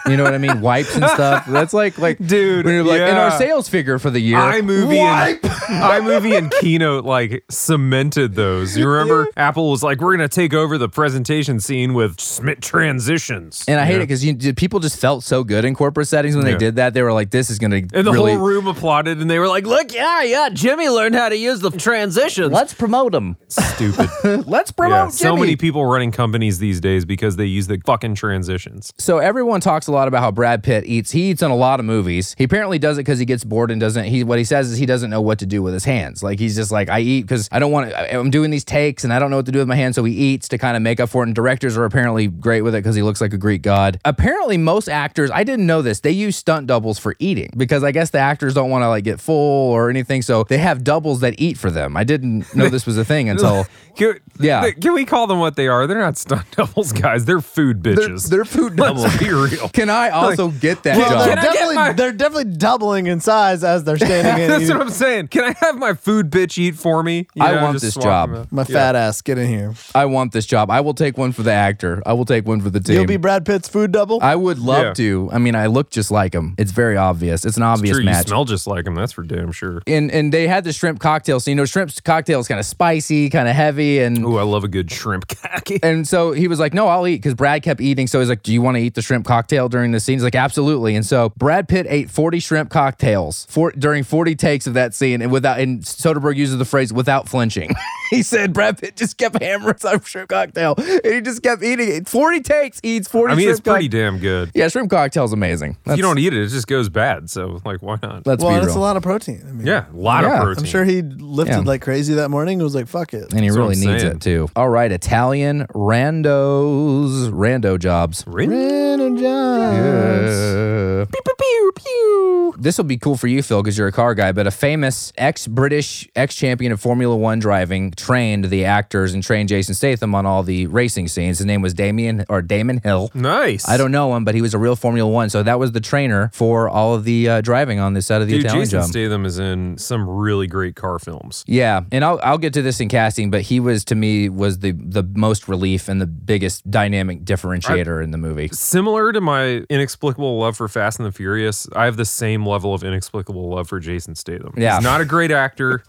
S3: You know what I mean? Wipes and stuff. That's like like
S5: Dude,
S3: When you're like in our
S5: yeah.
S3: sales figure for the year.
S5: iMovie and iMovie and Keynote like cemented those. You remember Apple was like, "We're gonna take over the presentation scene with Smith transitions,"
S3: and I hate
S5: Yeah.
S3: it because you did- people just felt so good in corporate settings when
S5: Yeah.
S3: they did that. They were like, "This is gonna
S5: And the
S3: really
S5: whole room applauded, and they were like, "Look, yeah, yeah, Jimmy learned how to use the transitions."
S3: let's promote them.
S5: Stupid.
S3: Let's promote
S5: yeah, so
S3: Jimmy."
S5: many people running companies these days because they use the fucking transitions.
S3: So everyone talks a lot about how Brad Pitt eats. He eats in a lot of movies. He apparently does it because he gets bored and doesn't. He what he says is he doesn't know what to do with his hands. Like he's just like I eat because I don't want. to I'm doing these takes and I don't know what to do with my hands. So he eats to kind of make up for it. And directors are apparently great with it because he looks like a Greek god. Apparently most actors I didn't know this. They use stunt doubles for eating because I guess the actors don't want to like get full or anything. So they have doubles that eat for them. I didn't know this was a thing until.
S5: Can,
S3: Yeah.
S5: th- can we call them what they are? They're not stunt doubles, guys. They're food
S3: They're,
S5: bitches.
S3: they're food doubles.
S5: Let's be real.
S3: Can I also get that
S4: Well,
S3: job?
S4: they're,
S5: Can I get
S4: definitely,
S5: my-
S4: they're definitely doubling in size as they're standing in.
S5: That's
S4: eating.
S5: what I'm saying. Can I have my food bitch eat for me? You
S3: I want
S5: just
S3: this
S5: swap
S3: job.
S5: them out.
S4: My fat ass, get in here.
S3: I want this job. I will take one for the actor. I will take one for the team.
S4: You'll be Brad Pitt's food double.
S3: I would love
S5: Yeah.
S3: to. I mean, I look just like him. It's very obvious. It's an obvious
S5: Sure, you
S3: match.
S5: smell just like him. That's for damn sure.
S3: and and they had the shrimp cocktail. So you know, shrimp cocktail is kind of spicy, kind of heavy, and
S5: Ooh, I love a good shrimp khaki.
S3: and so he was like, "No, I'll eat." Because Brad kept eating, so he's like, "Do you want to eat the shrimp cocktail during the scene?" He's like, "Absolutely." And so Brad Pitt ate forty shrimp cocktails for, during forty takes of that scene, and without and Soderbergh uses the phrase "without flinching." he said Brad Pitt just kept hammering some shrimp cocktail, and he just kept eating it. Forty takes, he eats forty.
S5: I mean,
S3: shrimp
S5: it's pretty
S3: cock-
S5: damn good.
S3: yeah, shrimp cocktail's amazing.
S5: If
S3: That's,
S5: you don't eat it, it just goes bad. So, like, why not?
S3: Let's
S4: well,
S3: be
S4: and
S3: real.
S4: it's a lot of protein. I mean,
S5: yeah, a lot
S3: Yeah,
S5: of
S3: I'm
S5: protein.
S4: I'm sure he lifted
S3: Yeah.
S4: like crazy that morning and was like, fuck it.
S3: and he
S5: That's what
S3: really
S5: I'm
S3: needs
S5: saying.
S3: it too. All right, Italian million randos, rando jobs.
S5: Really?
S3: Uh, This will be cool for you, Phil, because you're a car guy. But a famous ex British, ex champion of Formula One driving trained the actors and trained Jason Statham on all the racing scenes. His name was Damien or Damon Hill.
S5: Nice.
S3: I don't know him, but he was a real Formula One. So that was the trainer for all of the uh, driving on this side of the
S5: Dude,
S3: Italian
S5: Jason
S3: job.
S5: Statham is in some really great car films.
S3: Yeah, and I'll I'll get to this in casting, but he was to me was the the most relief and the biggest dynamic differentiator in the movie.
S5: Similar to my inexplicable love for Fast and the Furious, I have the same level of inexplicable love for Jason Statham.
S3: Yeah.
S5: He's not a great actor.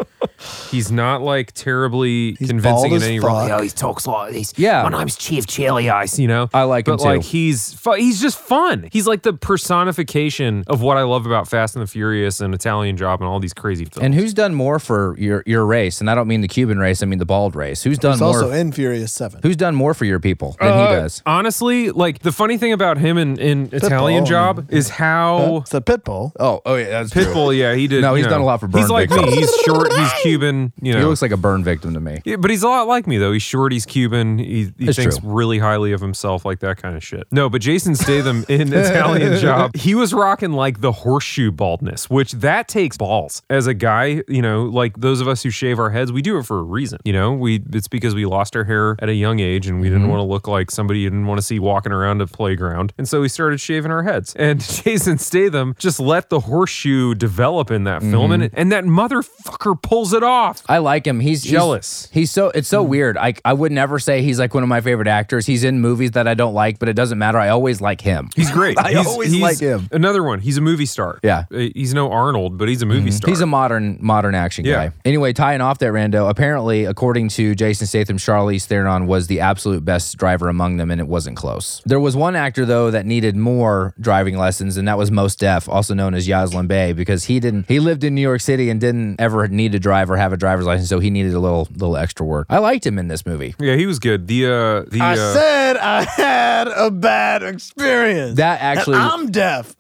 S5: He's not like terribly convincing
S7: bald
S5: in
S7: as
S5: any
S7: fuck.
S5: role.
S7: Yeah,
S5: he talks like this.
S3: Yeah. "My
S5: name's Chief Chili Ice, you know?
S3: I like him
S5: but
S3: too.
S5: like he's fu- he's just fun. He's like the personification of what I love about Fast and the Furious and Italian Job and all these crazy films.
S3: And who's done more for your your race? And I don't mean the Cuban race. I mean the bald race. Who's done
S4: It's
S3: more?
S4: also in Furious 7.
S3: who's done more for your people than he
S5: Uh,
S3: does?
S5: Honestly, like the funny thing about him in, in Italian
S4: Pitbull.
S5: Job is how
S4: It's the Pitbull.
S3: Oh, oh yeah, that's
S5: Pitbull. Yeah, he did.
S3: No,
S5: you
S3: he's
S5: know,
S3: done a lot for burn
S5: He's like
S3: victims.
S5: me. He's short. He's Cuban. You know,
S3: He looks like a burn victim to me.
S5: Yeah, but he's a lot like me though. He's short. He's Cuban. He, he
S3: It's
S5: thinks
S3: true.
S5: really highly of himself, like that kind of shit. No, but Jason Statham in Italian Job, he was rocking like the horseshoe baldness, which that takes balls. As a guy, you know, like those of us who shave our heads, we do it for a reason. You know, we it's because we lost our hair at a young age and we didn't want to look like somebody you didn't want to see walking around a playground, and so we started shaving our heads. And Jason Statham just let the horseshoe develop in that film, and and that motherfucker pulls it off.
S3: I like him. He's he's-
S5: Jealous. Hmm.
S3: He's, so it's so weird. I I would never say he's like one of my favorite actors. He's in movies that I don't like, but it doesn't matter. I always like him.
S5: He's great.
S3: I
S5: he's,
S3: always
S5: he's-
S3: like him.
S5: Another one. He's a movie star.
S3: Yeah. Mm-hmm.
S5: Uh, He's no Arnold, but he's a movie star.
S3: He's a modern modern action
S5: Yeah.
S3: guy. Anyway, tying off that rando, apparently, according to Jason Statham, Charlize Theron was the absolute best driver among them, and it wasn't close. There was one actor though that needed more driving lessons, and that was Most Def, also known as Yaslin Bey, because he didn't he lived in New York City and didn't ever need to drive or have a driver's license, so he needed a little little extra work. I liked him in this movie.
S5: yeah, he was good. The uh the
S4: I
S5: uh,
S4: said I had a bad experience.
S3: That
S4: And
S3: actually
S4: I'm deaf.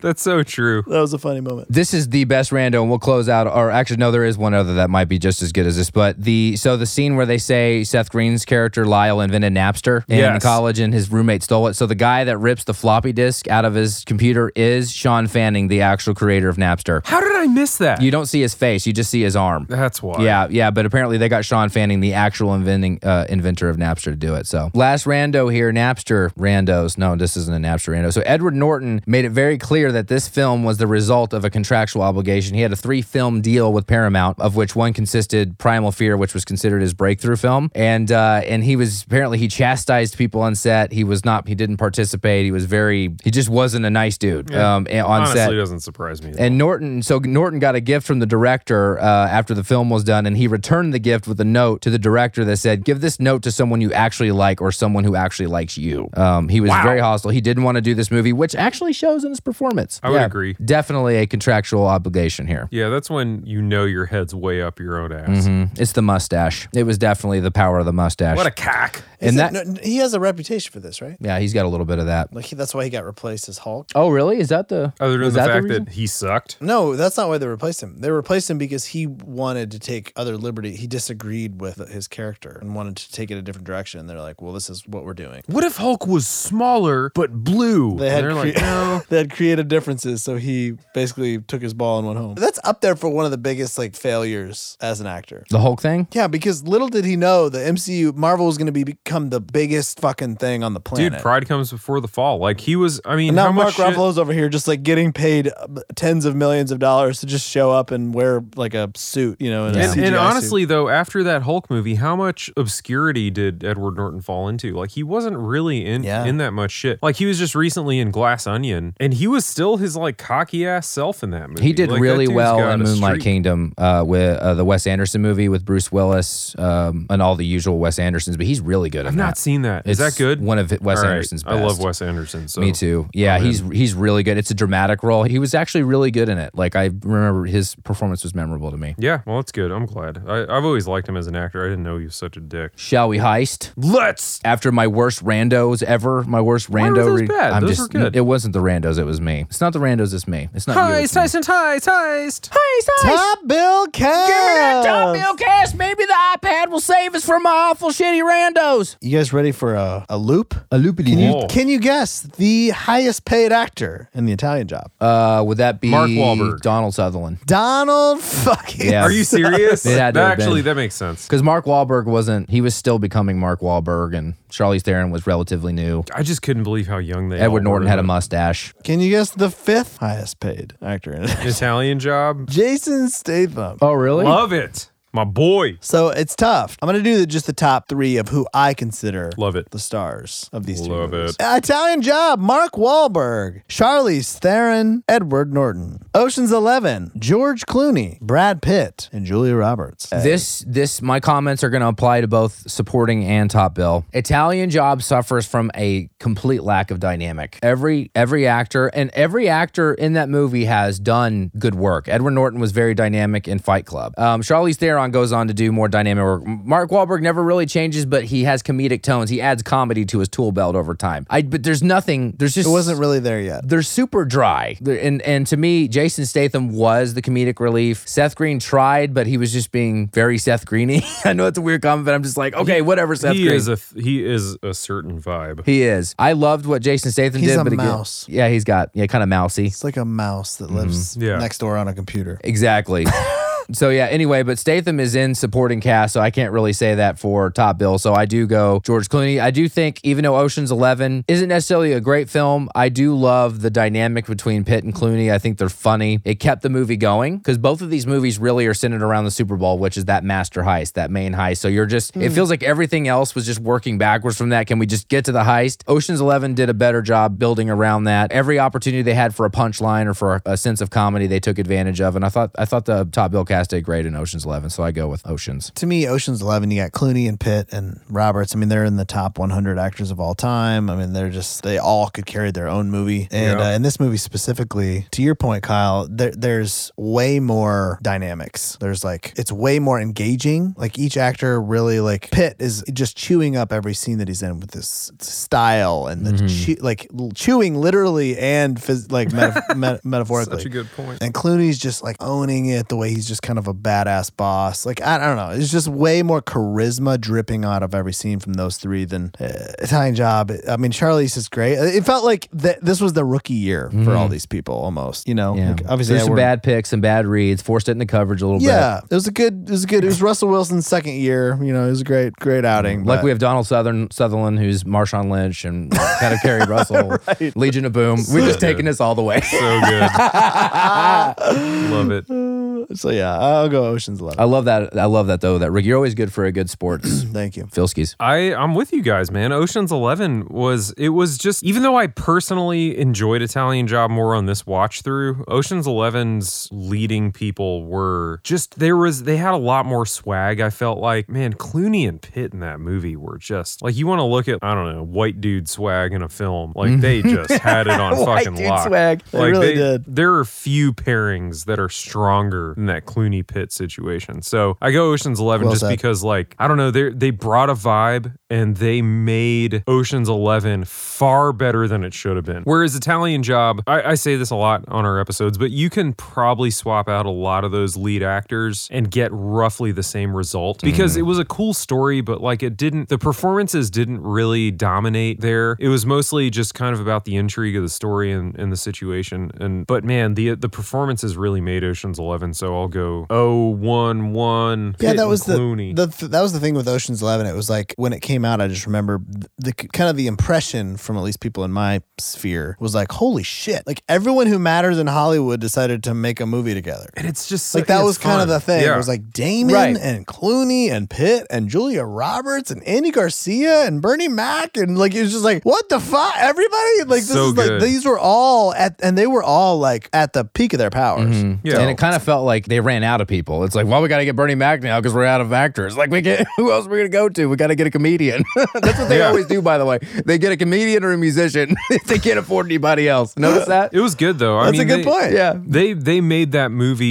S5: that's so true.
S4: That was a funny moment.
S3: this is the best rando and we'll close out or actually no there is one other that might be just as good as this but the so the scene where they say seth green's character lyle invented napster in
S5: Yes.
S3: college and his roommate stole it so the guy that rips the floppy disk out of his computer is sean fanning the actual creator of napster
S5: How did I miss that?
S3: you don't see his face you just see his arm
S5: that's why.
S3: yeah, yeah, but apparently they got Sean Fanning, the actual inventing uh, inventor of Napster, to do it. So last rando here, Napster randos. No, this isn't a Napster rando. So Edward Norton made it very clear that this film was the result of a contractual obligation. He had a three-film deal with Paramount, of which one consisted Primal Fear, which was considered his breakthrough film, and uh, and he was apparently he chastised people on set. He was not, he didn't participate. He was very, he just wasn't a nice dude um, on
S5: Honestly,
S3: set.
S5: doesn't surprise me.
S3: And Norton, so Norton got a gift from the director uh, after the film was done, and he returned the gift with a note to the director that said, "Give this note to someone you actually like, or someone who actually likes you." Um, he was very hostile. He didn't want to do this movie, which actually shows in his performance.
S5: I would agree.
S3: Definitely a contractual obligation here.
S5: yeah, that's when you know your head's way up your own ass.
S3: Mm, It's the mustache. It was definitely the power of the mustache.
S5: What a cock.
S3: and that,
S4: no, he has a reputation for this, right?
S3: yeah, he's got a little bit of that.
S4: Like he, that's why he got replaced as Hulk.
S3: Oh, really? Is that the
S5: Other than
S3: was
S5: the
S3: that
S5: fact
S3: reason?
S5: that he sucked.
S4: No, that's not why they replaced him. They replaced him because he wanted to take other liberty. He disagreed with his character and wanted to take it a different direction. And they're like, "Well, this is what we're doing."
S5: What if Hulk was smaller but blue?
S4: They had,
S5: And they're like,
S4: cre-
S5: no.
S4: they had creative differences, so he basically took his ball and went home. That's up there for one of the biggest like failures as an actor.
S3: the Hulk thing?
S4: Yeah, because little did he know the MCU Marvel was going to be become the biggest fucking thing on the planet.
S5: Dude, pride comes before the fall. Like he was. I mean,
S4: And
S5: how
S4: now Mark
S5: much shit-
S4: Ruffalo's over here just like getting paid uh, tens of millions of dollars to just show up and wear like a suit, you know. And, a
S5: And, and
S4: CGI suit.
S5: honestly, though, after that Hulk movie, how much obscurity did Edward Norton fall into? Like, he wasn't really in
S4: Yeah.
S5: in that much shit. Like, he was just recently in Glass Onion, and he was still his like cocky ass self in that movie.
S3: He did
S5: Like, that
S3: really
S5: dude's
S3: well
S5: got
S3: in
S5: a
S3: Moonlight
S5: streak.
S3: Kingdom uh, with uh, the Wes Anderson movie with Bruce Willis um, and all the usual Wes Andersons, but he's really good.
S5: I've
S3: in
S5: not
S3: that.
S5: seen that. Is
S3: It's
S5: that good?
S3: One of Wes
S5: All right.
S3: Anderson's best.
S5: I love Wes Anderson. So.
S3: Me too. Yeah,
S5: Oh,
S3: he's he's really good. It's a dramatic role. He was actually really good in it. Like I remember his performance was memorable to me.
S5: Yeah, well, that's good. I'm glad. I, I've always liked him as an actor. I didn't know he was such a dick.
S3: Shall we heist?
S5: Let's.
S3: After my worst randos ever, my worst
S5: were
S3: rando.
S5: those bad?
S3: I'm
S5: Those
S3: just.
S5: were good.
S3: It wasn't the randos. It was me. It's not the randos. It's me. It's not you. It's me.
S5: heist, heist.
S4: top bill cash.
S3: Give me that top bill cash. Maybe the iPad will save us from our awful, shitty randos.
S4: You guys ready for a, a loop?
S3: A
S4: Can
S3: loopity.
S5: Whoa.
S4: you, can you guess the highest paid actor in the Italian job?
S3: Uh, would that be
S5: Mark Wahlberg.
S3: Donald Sutherland?
S4: Donald fucking.
S3: Yeah.
S5: Are you serious?
S3: It had to
S5: that
S3: have
S5: actually,
S3: been.
S5: that makes sense.
S3: Because Mark Wahlberg wasn't, he was still becoming Mark Wahlberg, and Charlize Theron was relatively new.
S5: I just couldn't believe how young they.
S3: Edward
S5: all
S3: Norton
S5: were.
S3: had a mustache.
S4: Can you guess the fifth highest paid actor in it?
S5: An Italian job.
S4: Jason Statham.
S3: Oh, really?
S5: Love it, my boy.
S4: So it's tough. I'm gonna do the, just the top three of who I consider
S5: Love it.
S4: the stars of these
S5: Love
S4: two movies. Uh,
S5: it.
S4: Italian Job, Mark Wahlberg, Charlize Theron, Edward Norton, Ocean's Eleven, George Clooney, Brad Pitt, and Julia Roberts.
S3: This, this, my comments are going to apply to both supporting and top bill. Italian Job suffers from a complete lack of dynamic. Every every actor and every actor in that movie has done good work. Edward Norton was very dynamic in Fight Club. Um, Charlize Theron goes on to do more dynamic work. Mark Wahlberg never really changes, but he has comedic tones. He adds comedy to his tool belt over time. I, but there's nothing. There's just
S4: it wasn't really there yet.
S3: they're super dry. They're- And and to me, Jason Statham was the comedic relief. Seth Green tried, but he was just being very Seth Greeny. I know it's a weird comment, but I'm just like, okay, whatever, Seth
S5: he
S3: Green.
S5: is a he is a certain vibe.
S3: he is. I loved what Jason Statham
S4: He's
S3: did,
S4: a
S3: but again-
S4: mouse.
S3: yeah, he's got yeah, kind of mousy.
S4: It's like a mouse that lives
S5: Mm-hmm. Yeah.
S4: next door on a computer.
S3: Exactly. so yeah. Anyway, but Statham is in supporting cast, so I can't really say that for top bill. So I do go George Clooney. I do think even though Ocean's Eleven isn't necessarily a great film, I do love the dynamic between Pitt and Clooney. I think they're funny. It kept the movie going because both of these movies really are centered around the Super Bowl, which is that master heist, that main heist. So you're just
S4: Hmm.
S3: it feels like everything else was just working backwards from that. Can we just get to the heist? Ocean's Eleven did a better job building around that. Every opportunity they had for a punchline or for a, a sense of comedy, they took advantage of. And I thought I thought the top bill cast did great in Ocean's Eleven, so I go with Ocean's.
S4: To me, Ocean's Eleven, you got Clooney and Pitt and Roberts. I mean, they're in the top 100 actors of all time. I mean, they're just, they all could carry their own movie. And
S5: Yeah.
S4: uh, in this movie specifically, to your point, Kyle, there, there's way more dynamics. There's like, it's way more engaging. Like each actor really, like, Pitt is just chewing up every scene that he's in with this style and the
S5: Mm-hmm.
S4: chew, like l- chewing literally and phys- like metaf- meta- metaphorically.
S5: Such a good point.
S4: And Clooney's just like owning it the way he's just kind of a badass boss. Like, I, I don't know. It's just way more charisma dripping out of every scene from those three than uh, Italian Job. I mean, Charlize is great. Uh, It felt like th- this was the rookie year for all these people almost, you know?
S3: Mm. Yeah.
S4: Like, obviously,
S3: there's
S4: yeah,
S3: some
S4: we're-
S3: bad picks and bad reads, forced it into coverage a little
S4: Yeah, it was a good, it was a good, it was Russell Wilson's second year. You know, it was a great, great outing.
S3: bit. Like
S4: but-
S3: we have Donald Southern Sutherland, who's Marshawn Lynch and kind of Kerry Russell, Legion of Boom. We're just taking this all the way.
S5: So good. Love it.
S4: so yeah, I'll go Ocean's Eleven.
S3: I love that. I love that though. That Rick, you're always good for a good sports.
S4: Thank you.
S3: Filskies.
S5: I I'm with you guys, man. Ocean's Eleven was it was just even though I personally enjoyed Italian Job more on this watch through, Ocean's Eleven's leading people were just there was they had a lot more swag. I felt like man, Clooney and Pitt in that movie were just like you want to look at I don't know white dude swag in a film like they
S4: Mm-hmm.
S5: just had it on
S3: White
S5: fucking
S3: dude
S5: lock.
S3: swag.
S4: They really did.
S5: There are few pairings that are stronger than that Clooney Pitt situation. So I go Ocean's Eleven
S4: Well
S5: just
S4: said.
S5: because, like, I don't know, they they brought a vibe and they made Ocean's Eleven far better than it should have been. Whereas Italian Job, I, I say this a lot on our episodes, but you can probably swap out a lot of those lead actors and get roughly the same result because it was a cool story, but like it didn't. The performances didn't really dominate there. It was mostly just kind of about the intrigue of the story and, and the situation. And but man, the the performances really made Ocean's Eleven. So I'll go oh one one.
S4: Yeah,
S5: Pitt
S4: that
S5: and
S4: was the,
S5: Clooney.
S4: the th- that was the thing with Ocean's Eleven. It was like when it came out, I just remember the, the k- kind of the impression from at least people in my sphere was like, "Holy shit!" Like everyone who matters in Hollywood decided to make a movie together.
S5: and it's just so-
S4: Like that
S5: it's
S4: was kind of
S5: fun.
S4: the thing.
S5: Yeah.
S4: It was like Damon
S3: Right.
S4: and Clooney and Pitt and Julia Roberts and Andy Garcia and Bernie Mac and like it was just like what the fuck everybody like this
S5: So
S4: is
S5: good.
S4: like these were all at and they were all like at the peak of their powers.
S5: Yeah.
S3: And it kind of felt like they ran out of people. It's like, well, we got to get Bernie Mac now because we're out of actors. Like, we get who else are we gonna go to? We got to get a comedian. That's what they
S5: Yeah.
S3: always do, by the way. They get a comedian or a musician if they can't afford anybody else. Notice that?
S5: It was good though. I
S4: That's
S5: mean,
S4: a good
S5: they-
S4: point.
S3: Yeah.
S5: They they made that movie.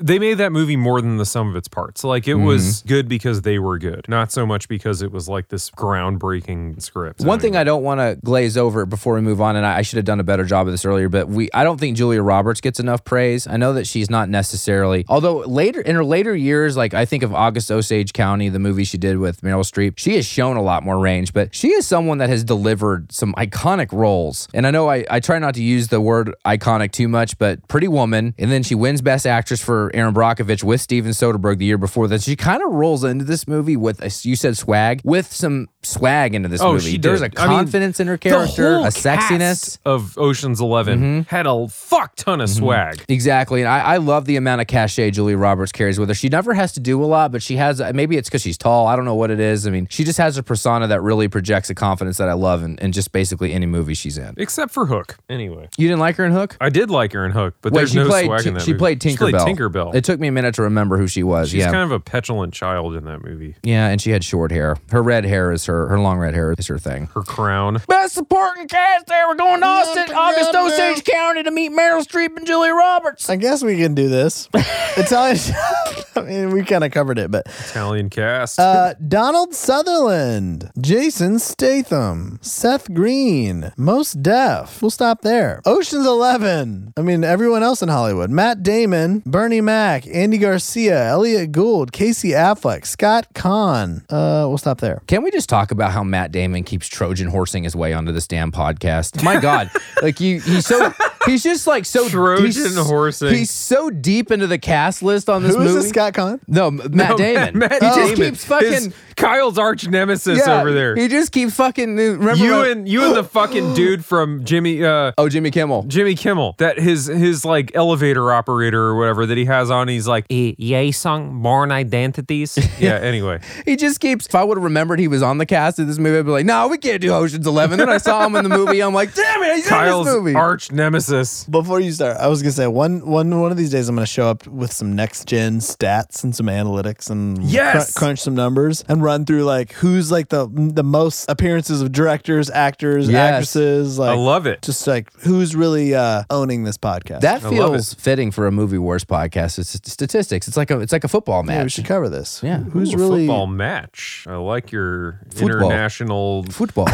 S5: They made that movie more than the sum of its parts. Like it was good because they were good, not so much because it was like this groundbreaking script.
S3: One thing I don't want to glaze over before we move on, and I, I should have done a better job of this earlier, but we I don't think Julia Roberts gets enough praise. I know that she's not necessarily. Although later in her later years, like I think of August Osage County, the movie she did with Meryl Streep, she has shown a lot more range. But she is someone that has delivered some iconic roles. And I know I, I try not to use the word iconic too much, but Pretty Woman, and then she wins Best Actress for Aaron Brockovich with Steven Soderbergh the year before that. She kind of rolls into this movie with a, you said swag with some swag into this
S5: Oh,
S3: movie.
S5: she
S3: There's a
S5: did. I mean,
S3: confidence in her
S5: The
S3: character,
S5: whole
S3: a sexiness.
S5: cast of Ocean's 11 had a fuck ton of swag.
S3: Exactly. And I, I love the amount of cachet Julia Roberts carries with her. She never has to do a lot, but she has, uh, maybe it's because she's tall. I don't know what it is. I mean, she just has a persona that really projects a confidence that I love in, in just basically any movie she's in.
S5: Except for Hook. Anyway,
S3: You didn't like her in Hook?
S5: I did like her in Hook, but
S3: Wait,
S5: there's
S3: she
S5: no
S3: played
S5: swag in that
S3: she
S5: movie.
S3: played Tinkerbell.
S5: She played Tinkerbell.
S3: It took me a minute to remember who she was.
S5: She's
S3: yeah.
S5: kind of a petulant child in that movie.
S3: yeah, and she had short hair. Her red hair is her her long red hair is her thing.
S5: Her crown.
S3: Best supporting cast there. We're going to Austin, August Osage County to meet Meryl Streep and Julia Roberts.
S4: I guess we can do this. Italian. I mean, we kind of covered it, but
S5: Italian cast.
S4: Uh, Donald Sutherland, Jason Statham, Seth Green, Most Def. We'll stop there. Ocean's Eleven. I mean, everyone else in Hollywood. Matt Damon, Bernie Mac, Andy Garcia, Elliot Gould, Casey Affleck, Scott Kahn. Uh, we'll stop there.
S3: Can we just talk about how Matt Damon keeps Trojan horsing his way onto this damn podcast? My God, like you, he's so he's just like so
S5: Trojan
S3: he's-
S5: horsing.
S3: He's so deep into the cast list on this
S4: Who is
S3: movie.
S4: this Scott Kahn?
S3: No, M- Matt Damon.
S5: Oh,
S3: Oh.
S5: Matt
S3: he just
S5: Damon.
S3: keeps fucking.
S5: His- Kyle's arch nemesis
S3: yeah,
S5: over there.
S3: He just keeps fucking. Remember
S5: you
S3: when-
S5: and you and the fucking dude from Jimmy uh
S3: oh Jimmy Kimmel.
S5: Jimmy Kimmel, that his his like elevator operator or whatever that he has on, he's like, "Eh, yay song, born identities. yeah. Anyway,
S3: He just keeps. If I would have remembered he was on the cast of this movie, I'd be like, no, we can't do Ocean's Eleven. Then I saw him in the movie. I'm like, damn it, he's
S5: Kyle's
S3: in this movie.
S5: arch nemesis.
S4: Before you start, I was gonna say one one one of these days I'm gonna show up with some next gen stats and some analytics and
S5: Yes!
S4: cr- crunch some numbers and run through like who's like the the most appearances of directors, actors,
S3: Yes.
S4: actresses.
S5: I
S4: Like
S5: love it.
S4: just like who's really uh, owning this podcast.
S3: that
S5: I love
S3: feels fitting for a movie wars podcast. It's just statistics. It's like a it's like a football
S4: yeah, we
S3: match.
S4: should cover this.
S3: Yeah.
S4: who's
S5: Ooh, a
S4: really
S5: football match? I like your
S3: Football.
S5: international
S3: Football.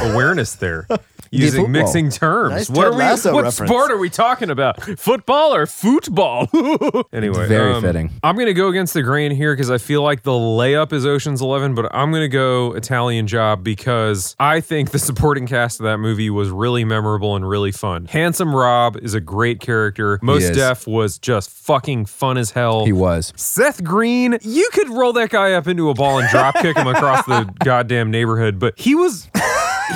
S5: awareness there. Using
S3: football.
S5: mixing terms.
S4: Nice
S5: what are
S4: Ted
S5: we?
S4: Lasso
S5: what
S4: reference.
S5: sport are we talking about? Football or football? anyway,
S3: Very
S5: um,
S3: fitting.
S5: I'm gonna go against the grain here because I feel like the layup is Ocean's Eleven, but I'm gonna go Italian Job because I think the supporting cast of that movie was really memorable and really fun. Handsome Rob is a great character. Most
S3: is.
S5: Def was just fucking fun as hell.
S3: He was.
S5: Seth Green, you could roll that guy up into a ball and drop kick him across the goddamn neighborhood, but he was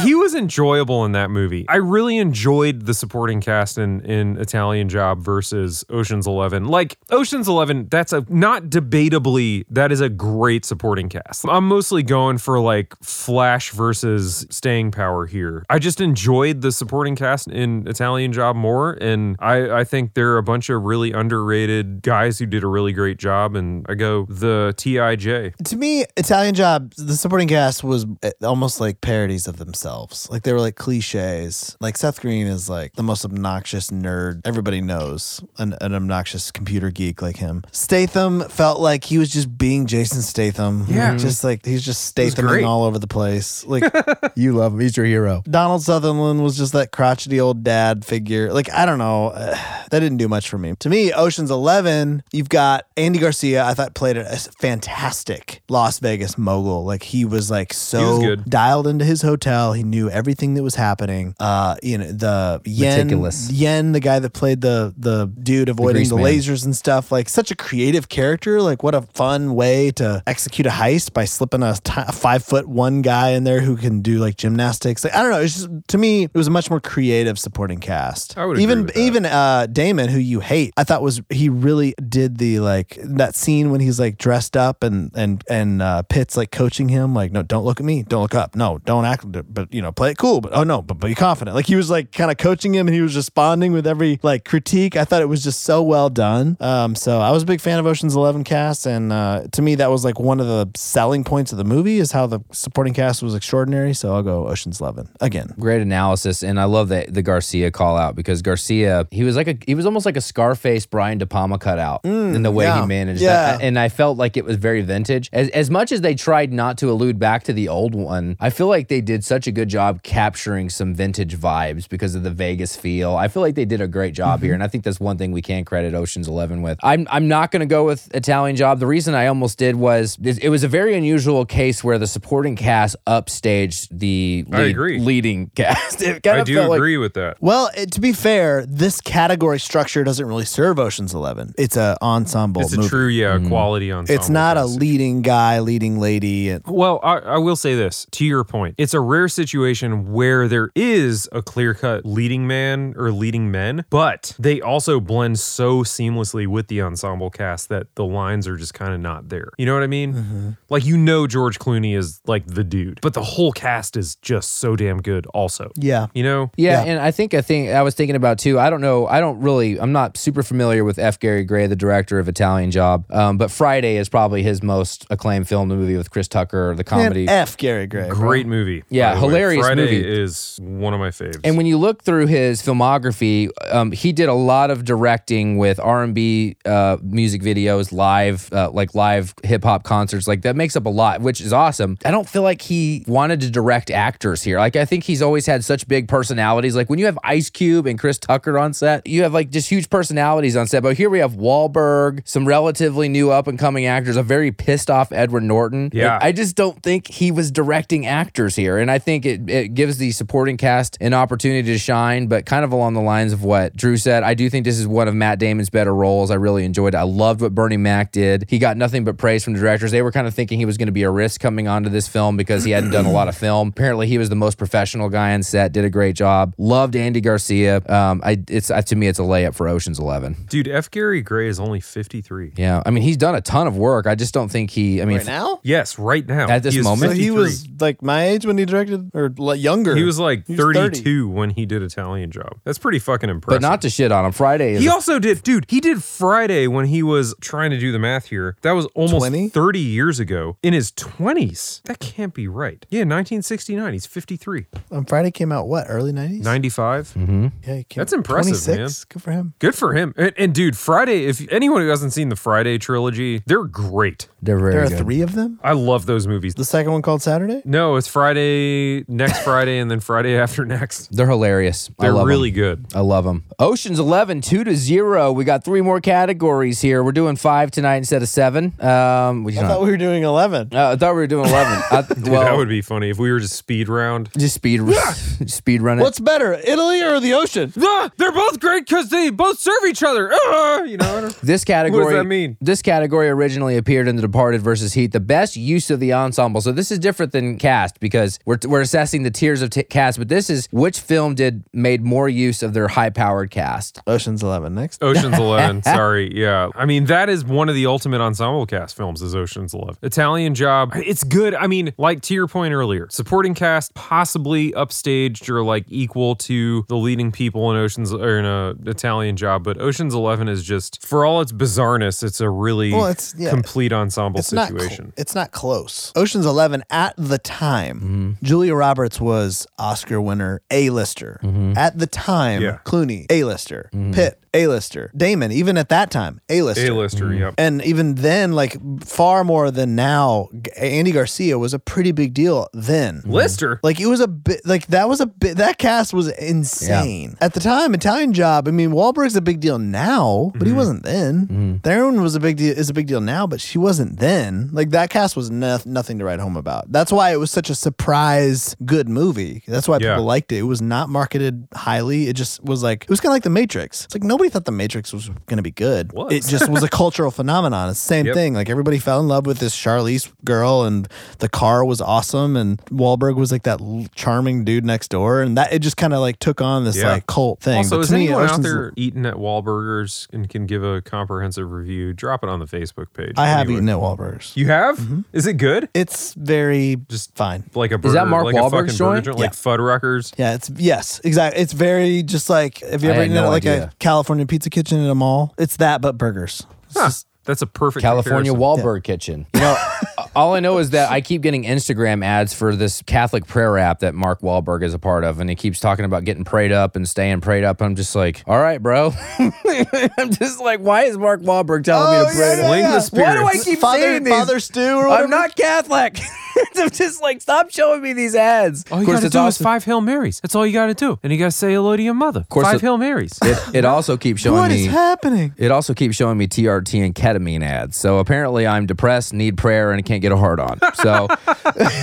S5: he was enjoyable in that movie. I really enjoyed the supporting cast in in Italian Job versus Ocean's 11. Like Ocean's 11, that's a not debatably that is a great supporting cast. I'm mostly going for like Flash versus staying power here. I just enjoyed the supporting cast in Italian Job more and I I think there are a bunch of really underrated guys who did a really great job and I go the TIJ.
S4: to me Italian Job. The supporting cast was uh, almost like parodies of themselves. Like they were like cliches. Like Seth Green is like the most obnoxious nerd everybody knows. An, an obnoxious computer geek like him. Statham felt like he was just being Jason Statham.
S5: Yeah.
S4: just like he's just
S5: was great.
S4: Stathaming all over the place. Like
S3: You love him. He's your hero.
S4: Donald Sutherland was just that crotchety old dad figure. Like, I don't know. Uh, that didn't do much for me. To me, Ocean's 11, you've got Andy Garcia, I thought played a a fantastic Las Vegas mogul. Like, he was like so
S5: was good.
S4: dialed into his hotel. He knew everything that was happening. Uh, you know, the Yen,
S3: Meticulous.
S4: Yen, the guy that played the the dude avoiding
S3: grease
S4: the,
S3: man.
S4: lasers and stuff, like such a creative character. Like, what a fun way to execute a heist by slipping a ti- a five foot one guy in there who can do like gymnastics. Like, I don't know. It's just to me, it was a much more creative supporting cast.
S5: I would
S4: even
S5: agree with that.
S4: even uh, Damon, who you hate, I thought was he really did the like that scene when he's like dressed up and and and uh, Pitt's like coaching him, like, no, don't look at me, don't look up, no, don't act, but you know, play it cool, but oh no, but be confident. Like he was like kind of coaching him, and he was responding with every like critique. I thought it was just so well done. Um, so I was a big fan of Ocean's Eleven cast, and uh, to me, that was like one of the selling points of the movie is how the supporting cast was extraordinary. So I'll go Ocean's Eleven again.
S3: Great analysis, and I love that the Garcia call out because Garcia he was like a he was almost like a Scarface Brian De Palma cutout in the way
S4: yeah.
S3: he managed
S4: Yeah.
S3: that, and I felt like it was very vintage. As as much as they tried not to allude back to the old one, I feel like they did such a good job capturing some vintage vibes because of the Vegas feel. I feel like they did a great job here, and I think that's one thing we can credit Ocean's Eleven with. I'm I'm not going to go with Italian Job. The reason I almost did was it it was a very unusual case where the supporting cast upstaged the
S5: I agree.
S3: leading cast. It kind
S5: I
S3: of
S5: do
S3: felt like-
S5: agree with that.
S7: Well, it, to be fair, this category structure doesn't really serve Ocean's Eleven. It's a ensemble.
S5: It's a
S7: movie.
S5: true, yeah, quality ensemble.
S7: It's not a
S5: cast.
S7: leading guy, leading lady. and-
S5: Well, I, I will say this to your point. It's a rare situation where there is a clear cut leading man or leading men, but they also blend so seamlessly with the ensemble cast that the lines are just kind of not there. You know what I mean?
S3: Mm-hmm.
S5: Like, you know, George Clooney is like the dude, but the whole cast is just so damn good, also.
S7: Yeah.
S5: You know?
S3: Yeah,
S7: Yeah.
S3: and I think a thing I was thinking about too. I don't know. I don't really. I'm not super familiar with F. Gary Gray, the director of Italian Job. Um, but Friday is probably his most acclaimed film. The movie with Chris Tucker, the
S7: Man,
S3: comedy.
S7: F. Gary Gray. bro.
S5: Great movie.
S3: Uh-huh. Yeah,
S5: by the way.
S3: hilarious
S5: Friday
S3: movie.
S5: is one of my faves.
S3: and when you look through his filmography, um, he did a lot of directing with R and B uh, music videos, live uh, like live hip hop concerts. Like that makes up a lot, which is awesome. I don't feel like he wanted to direct actors here. Like I think he's always had such big personalities. Like when you have Ice Cube and Chris Tucker on set, you have like just huge personalities on set. But here we have Wahlberg, some relatively new up and coming actors, a very pissed off Edward Norton.
S5: Yeah.
S3: Like, I just don't think he was directing actors here. And I think it, it gives the supporting cast an opportunity to shine, but kind of along the lines of what Drew said. I do think this is one of Matt Damon's better roles. I really enjoyed it. I loved what Bernie Mac did. He got nothing but praise from the directors. They were kind of thinking he was going to be a risk coming onto this film because he hadn't done a lot of film. Apparently, he was the most professional guy on set, did a great job. Loved Andy Garcia. Um, I, it's, uh, to me, it's a layup for Ocean's Eleven.
S5: Dude, F. Gary Gray is only 53.
S3: Yeah. I mean, he's done a ton of work. I just don't think he, I mean,
S7: Right now?
S5: Yes, right now.
S3: At this
S5: He is
S3: moment?
S7: So he
S5: 53.
S7: was like my age when he directed, or like, younger.
S5: He was like
S7: He was
S5: 32
S7: 30.
S5: when he did Italian Job. That's pretty fucking impressive.
S3: but not to shit on him. Friday is
S5: He
S3: a
S5: also did, dude. He did Friday when he was trying to do the math here. That was almost
S7: 20?
S5: 30 years ago in his 20s. That can't be right. Yeah, 1969. He's 53,
S4: Um, Friday came out what early nineties?
S5: 95.
S3: Mm-hmm.
S4: Yeah, he came
S5: That's impressive, man.
S4: Good for him.
S5: Good for him. And, and dude, Friday. If anyone who hasn't seen the Friday trilogy, they're great.
S3: They're very
S4: There are
S3: good.
S4: three of them.
S5: I love those movies.
S4: The second one called Saturday.
S5: No, it's Friday next Friday, and then Friday after next.
S3: They're hilarious. I
S5: They're
S3: love 'em.
S5: really good.
S3: I love them. Ocean's 11, 2 to 0. We got three more categories here. We're doing five tonight instead of seven. Um, we-
S4: I thought we were doing eleven.
S3: Uh, I thought we were doing 11. I,
S5: Dude,
S3: well,
S5: that would be funny if we were just speed round.
S3: just speed, speed run it.
S4: What's better, Italy or the ocean?
S5: Ah, they're both great because they both serve each other. Ah, you know, I don't-
S3: this category
S5: that mean?
S3: This category originally appeared in The Departed versus Heat, the best use of the ensemble. So this is different than cast because we're, we're assessing the tiers of t- cast, but this is which film did made more use of their high-powered cast.
S4: Ocean's Eleven next.
S5: Ocean's Eleven. Sorry, yeah. I mean, that is one of the ultimate ensemble cast films. Is Ocean's Eleven Italian Job? It's good. I mean, like to your point earlier, supporting cast possibly upstaged or like equal to the leading people in Ocean's or in a Italian Job, but Ocean's Eleven is just for all its bizarreness, it's a really
S4: Well, it's- yeah.
S5: complete ensemble
S4: It's not. cl-
S5: situation.
S4: it's not close. Ocean's Eleven at the time, Julia Roberts was Oscar winner, A lister. At the time,
S5: Yeah.
S4: Clooney, A lister. Pitt, A lister. Damon, even at that time, A
S5: A
S4: lister.
S5: lister, yep.
S4: And even then, like far more than now, G- Andy Garcia was a pretty big deal then.
S5: Lister.
S4: Like it was a bit like that was a bit that cast was insane at the time. Italian Job. I mean, Wahlberg's a big deal now,
S5: Mm-hmm.
S4: but he wasn't then. Theron was a big deal is a big deal now, but she wasn't then. Like that cast was noth- nothing to write home about. That's why it was such a surprise good movie. That's why
S5: Yeah.
S4: people liked it. It was not marketed highly. It just was like it was kind of like The Matrix. It's like nobody thought The Matrix was going to be good.
S5: Was.
S4: It just was a cultural phenomenon. It's the same
S5: Yep.
S4: thing. Like everybody fell in love with this Charlize girl, and the car was awesome, and Wahlberg was like that l- charming dude next door, and that it just kind of like took on this
S5: Yeah.
S4: like cult thing.
S5: Also,
S4: But
S5: is
S4: to me,
S5: anyone out
S4: Ocean's-
S5: there eating at Wahlburgers and can give a comprehensive review? Drop it on the Facebook page.
S4: I have
S5: Anyway.
S4: eaten at Wahlberg's.
S5: You have? Is it good?
S4: It's very
S5: Just
S4: just fine.
S5: Like a burger,
S3: Is that Mark
S5: like a
S3: Wahlberg's
S5: fucking burger
S3: joint?
S5: joint, like Fuddruckers.
S4: Yeah, it's yes, exactly. It's very just like have you
S3: I
S4: ever
S3: had
S4: eaten
S3: no
S4: at like
S3: idea.
S4: a California pizza kitchen at a mall? It's that, but burgers. It's
S5: Huh.
S4: just-
S5: That's a perfect
S3: California
S5: comparison.
S3: Wahlberg Kitchen. You know, all I know is that I keep getting Instagram ads for this Catholic prayer app that Mark Wahlberg is a part of, and he keeps talking about getting prayed up and staying prayed up. I'm just like, all right, bro. I'm just like, why is Mark Oh,
S4: Oh,
S3: Wahlberg telling me to pray?
S5: Sling the
S3: Why do I
S5: spirits.
S3: keep
S4: Father,
S3: saying these?
S4: Father Stew or whatever.
S3: I'm not Catholic. I'm just like, stop showing me these ads.
S5: All you gotta do is
S3: also,
S5: five Hail Marys. That's all you gotta do. And you gotta say hello to your mother.
S3: course
S5: five
S3: it-
S5: Hail Marys.
S3: it, it also keeps showing
S4: What
S3: me
S4: is happening?
S3: It also keeps showing me TRT and ketamine ads. So apparently I'm depressed, need prayer, and can't get a heart on. So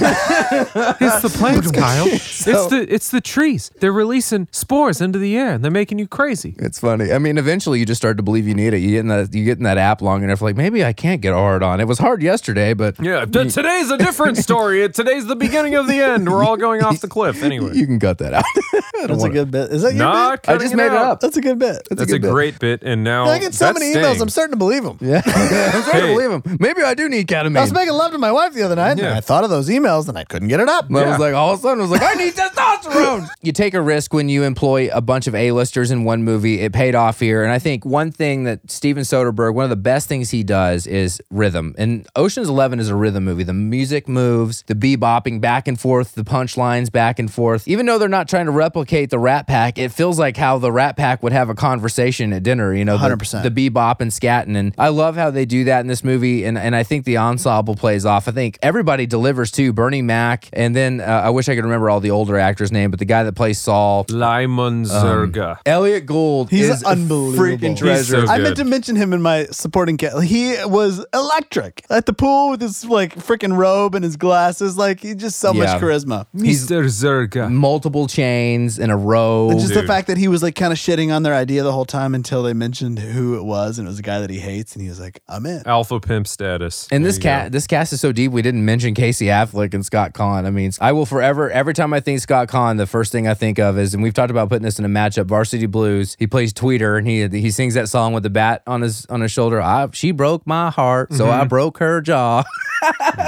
S5: It's the plants, Kyle. it's the it's the trees. They're releasing spores into the air and they're making you crazy.
S3: it's funny. I mean, eventually you just start to believe you need it. You get in that you get in that app long enough, like maybe I can't get a heart on. It was hard yesterday, but
S5: Yeah, th- today's a different story. Today's the beginning of the end. We're all going off the cliff anyway.
S3: you can cut that out.
S4: That's a good bit. Is that your bit?
S5: Not
S3: I
S5: cutting
S3: just made it
S5: out.
S3: up.
S4: That's a good bit.
S5: That's a
S3: good bit.
S5: great bit. And now
S4: I get so
S5: that
S4: many
S5: stings.
S4: emails. I'm starting to believe them.
S3: Yeah, I'm trying to
S5: Hey.
S3: believe him. Maybe I do need ketamine.
S4: I was making love to my wife the other night, and
S5: Yeah.
S4: I thought of those emails, and I couldn't get it up.
S3: I was like, all of a sudden, I was like, I need testosterone. you take a risk when you employ a bunch of A-listers in one movie. It paid off here. And I think one thing that Steven Soderbergh, one of the best things he does is rhythm. And Ocean's 11 is a rhythm movie. The music moves, the bebopping back and forth, the punchlines back and forth. Even though they're not trying to replicate the Rat Pack, it feels like how the Rat Pack would have a conversation at dinner, you know, the-
S4: 100%.
S3: the the bebop and scatting. And I love how they do that in this movie. And, and I think the ensemble plays off. I think everybody delivers too. Bernie Mac. And then uh, I wish I could remember all the older actors' name, but the guy that plays Saul,
S5: Lyman
S3: Um,
S5: Zerga.
S3: Elliot Gould,
S4: He's
S3: is a
S4: unbelievable.
S3: freaking
S4: He's
S3: treasure.
S5: so
S4: I meant
S5: good.
S4: to mention him in my supporting cat. He was electric at the pool with his like freaking robe and his glasses. Like he just so
S3: Yeah.
S4: much charisma.
S5: Mr. Zerga.
S3: Multiple chains in a row.
S4: And just the
S5: dude.
S4: fact that he was like kind of shitting on their idea the whole time until they mentioned who it was, and it was a guy that he hates, and he was like, "I'm in."
S5: Alpha pimp status.
S3: And this
S5: There you go.
S3: cat, this cast is so deep. We didn't mention Casey Affleck and Scott Kahn. I mean, I will forever. Every time I think Scott Kahn, the first thing I think of is, and we've talked about putting this in a matchup. Varsity Blues. He plays Tweeter, and he he sings that song with the bat on his on his shoulder. I, she broke my heart, so
S5: Mm-hmm.
S3: I broke her jaw.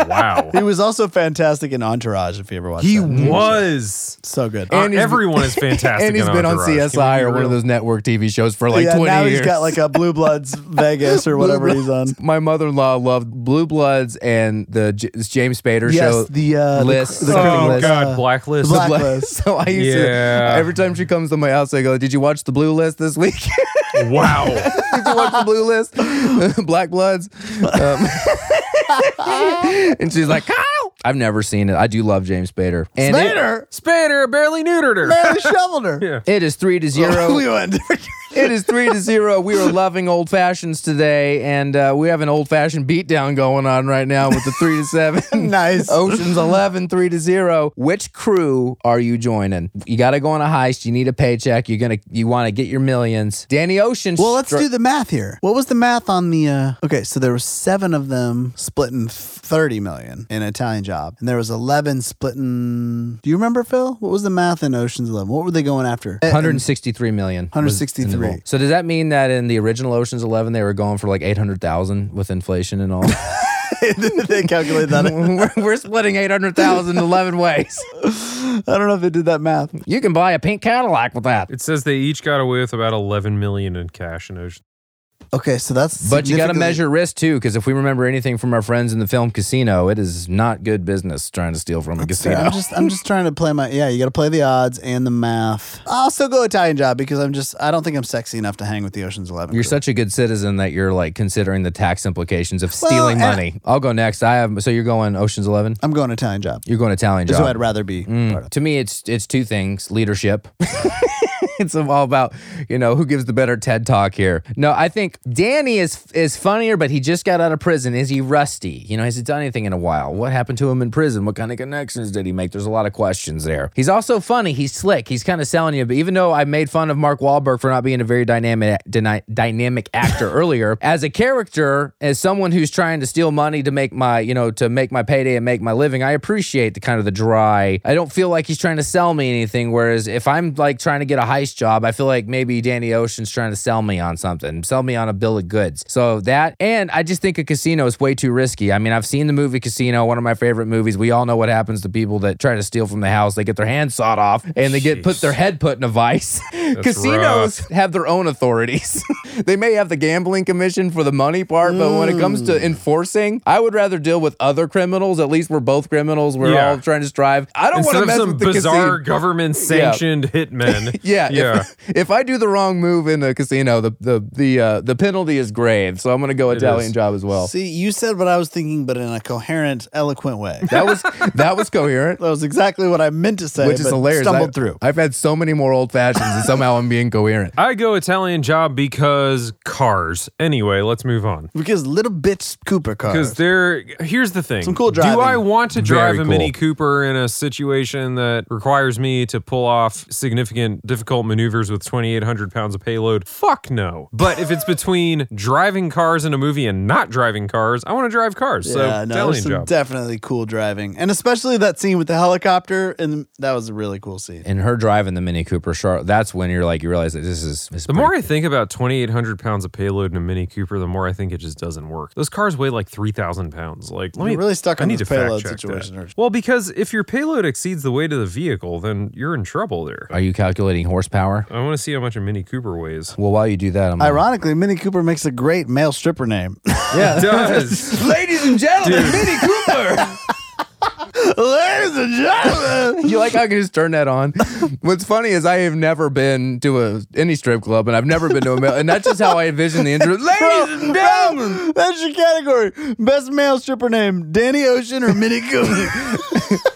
S5: Wow.
S4: He was also fantastic in Entourage. If you ever watched,
S5: he
S4: that.
S5: was.
S4: so good.
S5: Uh,
S3: And he's-
S5: everyone is fantastic.
S3: and he's
S5: in
S3: been on
S5: Entourage. Can we
S3: CSI
S5: be
S3: or one
S5: real?
S3: of those network TV shows for like
S4: yeah,
S3: twenty
S4: now
S3: years.
S4: he's got like a Blue Bloods Vegas or whatever he's on.
S3: my mother-in-law loved Blue Bloods and the J- James Spader
S4: Yes,
S3: show.
S4: the, uh, the
S3: list.
S4: cr- the
S3: Something
S5: Oh
S3: list.
S5: God, blacklist.
S4: Black-
S3: Bla-
S4: List.
S3: So I used
S5: Yeah.
S3: to every time she comes to my house, I go, "Did you watch the Blue List this week?
S5: wow.
S3: Did you watch the Blue List? Black Bloods." Um, and she's like, "Kyle, I've never seen it. I do love James Spader." And it-
S4: Spader,
S5: Spader barely neutered her.
S4: barely shoveled her.
S3: it is three to zero.
S4: we went.
S3: It is three to zero. We are loving old fashions today, and uh, we have an old fashioned beatdown going on right now with the three to seven.
S4: nice.
S3: Ocean's 11, 3 to 0. Which crew are you joining? You got to go on a heist. You need a paycheck. You're going to, you want to get your millions. Danny Ocean.
S4: Well, let's
S3: str-
S4: do the math here. What was the math on the? Uh, okay, so there were seven of them splitting thirty million in Italian Job, and there was eleven splitting. Do you remember Phil? What was the math in Ocean's Eleven? What were they going after?
S3: 163 million. was in the
S4: 163.
S3: role. So does that mean that in the original Ocean's 11 they were going for like 800,000 with inflation and all?
S4: they calculated that.
S3: we're, we're splitting 800,000 11 ways.
S4: I don't know if they did that math.
S3: You can buy a pink Cadillac with that.
S5: It says they each got away with about 11 million in cash and ocean.
S4: Okay, so that's.
S3: But you got to
S4: significantly-
S3: measure risk too, because if we remember anything from our friends in the film Casino, it is not good business trying to steal from a
S4: Sorry,
S3: casino.
S4: I'm just I'm just trying to play my yeah. You got to play the odds and the math. I'll still go Italian Job because I'm just I don't think I'm sexy enough to hang with the Ocean's Eleven.
S3: You're
S4: crew.
S3: such a good citizen that you're like considering the tax implications of stealing
S4: and-
S3: money. I'll go next. I have so you're going Ocean's Eleven.
S4: I'm going Italian Job.
S3: You're going Italian
S4: Is who
S3: job. Mm.
S4: I'd rather be. part of.
S3: To me, it's it's two things: leadership. it's all about you know who gives the better TED talk here. No, I think Danny is is funnier, but he just got out of prison. Is he rusty? You know, has he done anything in a while? What happened to him in prison? What kind of connections did he make? There's a lot of questions there. He's also funny. He's slick. He's kind of selling you. But even though I made fun of Mark Wahlberg for not being a very dynamic dyna- dynamic actor earlier, as a character, as someone who's trying to steal money to make my you know to make my payday and make my living, I appreciate the kind of the dry. I don't feel like he's trying to sell me anything. Whereas if I'm like trying to get a heist job, I feel like maybe Danny Ocean's trying to sell me on something, sell me on a bill of goods. So that, and I just think a casino is way too risky. I mean, I've seen the movie Casino, one of my favorite movies. We all know what happens to people that try to steal from the house. They get their hands sawed off and they get put
S5: Jeez.
S3: their head put in a vice. Casinos have their own authorities. they may have the gambling commission for the money part, but when it comes to enforcing, I would rather deal with other criminals. At least we're both criminals. We're
S5: Yeah.
S3: all trying to strive. I don't want
S5: Instead
S3: to
S5: of
S3: mess
S5: some
S3: with the
S5: bizarre
S3: casino.
S5: government sanctioned hitmen.
S3: Yeah,
S5: Yeah.
S3: if I do the wrong move in the casino, the the the uh, the penalty is grave. So I'm gonna go Italian
S5: is.
S3: job as well.
S4: See, you said what I was thinking, but in a coherent, eloquent way.
S3: That was that was coherent.
S4: That was exactly what I meant to say,
S3: Which is
S4: but
S3: hilarious.
S4: Stumbled
S3: I,
S4: through.
S3: I've had so many more old fashions, and somehow I'm being coherent.
S5: I go Italian job because cars. Anyway, let's move on.
S4: because little bitch Cooper
S5: Because
S4: cars.
S5: they're here's the thing.
S4: Some cool
S5: Do
S4: driving.
S5: I want to drive
S3: Very
S5: a
S3: cool.
S5: Mini Cooper in a situation that requires me to pull off significant, difficult maneuvers with 2,800 pounds of payload? Fuck no. But if it's between driving cars in a movie and not driving cars, I want to drive cars.
S4: yeah,
S5: so
S4: no, there's
S5: Italian
S4: some
S5: job.
S4: definitely cool driving, and especially that scene with the helicopter, and that was a really cool scene.
S3: And her driving the Mini Cooper, Char- that's when you're like you realize that this is this is
S5: the
S3: pretty-
S5: more I think about 2,800 pounds of payload in a Mini Cooper, the more I think it just doesn't work. Those cars weigh like 3,000 pounds. Like, let
S4: You're
S5: me
S4: really stuck
S5: I
S4: on
S5: need
S4: this
S5: to fact
S4: payload
S5: check that.
S4: situation, or-
S5: Well, because if your payload exceeds the weight of the vehicle, then you're in trouble there.
S3: Are you calculating horsepower?
S5: I want to see how much a Mini Cooper weighs.
S3: Well, while you do that, I'm
S4: Ironically, Minnie Cooper makes a great male stripper name.
S5: Yeah, it does.
S3: Ladies and gentlemen, Mini Cooper.
S4: Ladies and gentlemen,
S3: you like how I can just turn that on? What's funny is I have never been to a any strip club, and I've never been to a male, and that's just how I envision the intro. Ladies and gentlemen.
S4: that's your category. Best male stripper name: Danny Ocean or Minnie Cooper.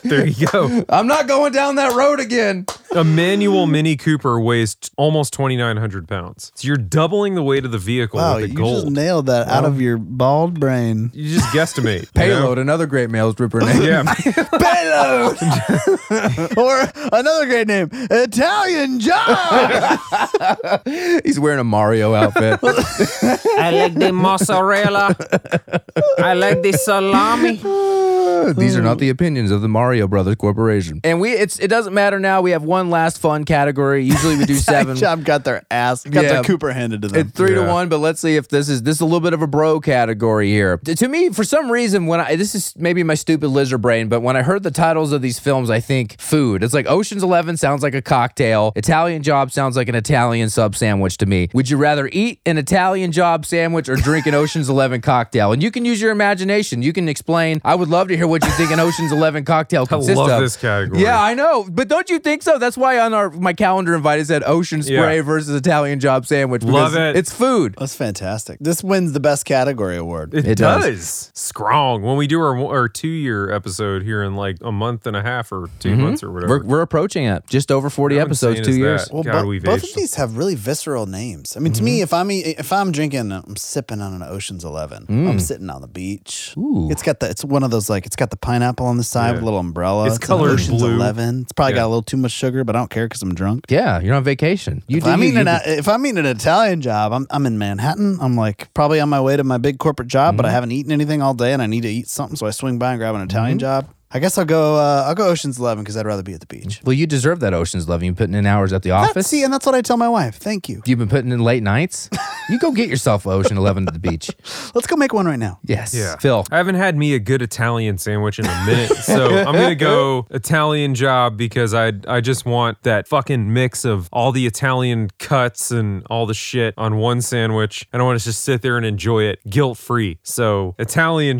S5: there you go.
S3: I'm not going down that road again.
S5: A manual Mini Cooper weighs t- almost 2,900 pounds. So you're doubling the weight of the vehicle
S4: wow,
S5: with the
S4: you
S5: gold.
S4: just nailed that out of your bald brain.
S5: you just guesstimate. you
S3: Payload, another great male stripper
S5: know?
S3: name.
S5: Yeah.
S4: Payload, or another great name: Italian John.
S3: He's wearing a Mario outfit.
S5: I like the mozzarella. I like the salami.
S3: These are not the opinions of the Mario Brothers Corporation. And we it's it doesn't matter now. We have one last fun category. Usually we do seven.
S4: John got their ass, got
S3: Yeah.
S4: their Cooper handed to them.
S3: It's three to
S5: Yeah.
S3: one, but let's see if this is this is a little bit of a bro category here. T- to me, for some reason, when I this is maybe my stupid lizard brain, but when I heard the titles of these films, I think food. It's like Ocean's Eleven sounds like a cocktail. Italian Job sounds like an Italian sub sandwich to me. Would you rather eat an Italian Job sandwich or drink an Ocean's Eleven cocktail? And you can use your imagination. You can explain. I would love to hear what you think an Ocean's Eleven cocktail
S5: I
S3: consists
S5: love
S3: of.
S5: this category.
S3: Yeah, I know, but don't you think so? That's why on our my calendar invite it said Ocean Spray
S5: Yeah.
S3: versus Italian Job Sandwich.
S5: Love
S3: because
S5: it.
S3: It's food.
S4: That's fantastic. This wins the best category award.
S5: It,
S3: It does.
S5: does. Strong. When we do our, our two year episode here in like a month and a half or 2 months or whatever.
S3: Mm-hmm. We're, we're approaching it. Just over forty
S5: How
S3: episodes,
S5: insane
S3: two
S5: is
S3: years.
S5: that? God,
S4: bo-
S5: we've
S4: both
S5: aged.
S4: of these have really visceral names. I mean, to
S3: Mm-hmm.
S4: me, if I'm e- if I'm drinking, I'm sipping on an Ocean's Eleven. I'm sitting on the beach.
S3: Mm. Ooh.
S4: It's got the it's one of those like it's got the pineapple on the side with a little umbrella.
S5: It's
S4: an
S5: colored
S4: Ocean's
S5: blue.
S4: Eleven. It's probably
S5: Yeah.
S4: got a little too much sugar, but I don't care because I'm drunk.
S3: Yeah, you're on vacation. You
S4: If I'm,
S3: you- you-
S4: eating an, if I'm eating an Italian job, I'm, I'm in Manhattan. I'm like probably on my way to my big corporate job,
S3: Mm-hmm.
S4: but I haven't eaten anything all day and I need to eat something. So I swing by and grab an Italian
S3: Mm-hmm.
S4: job. I guess I'll go, uh, I'll go Ocean's Eleven because I'd rather be at the beach.
S3: well, you deserve that Ocean's Eleven. You've been putting in hours at the
S4: That-
S3: Mm-hmm. office.
S4: see, and that's what I tell my wife. Thank you.
S3: You've been putting in late nights. you go get yourself a Ocean Eleven at the beach.
S4: Let's go make one right now.
S3: Yes,
S5: Yeah.
S3: Phil.
S5: I haven't had me a good Italian sandwich in a minute, so I'm gonna go Italian job because I I just want that fucking mix of all the Italian cuts and all the shit on one sandwich. I don't want to just sit there and enjoy it guilt free. So Italian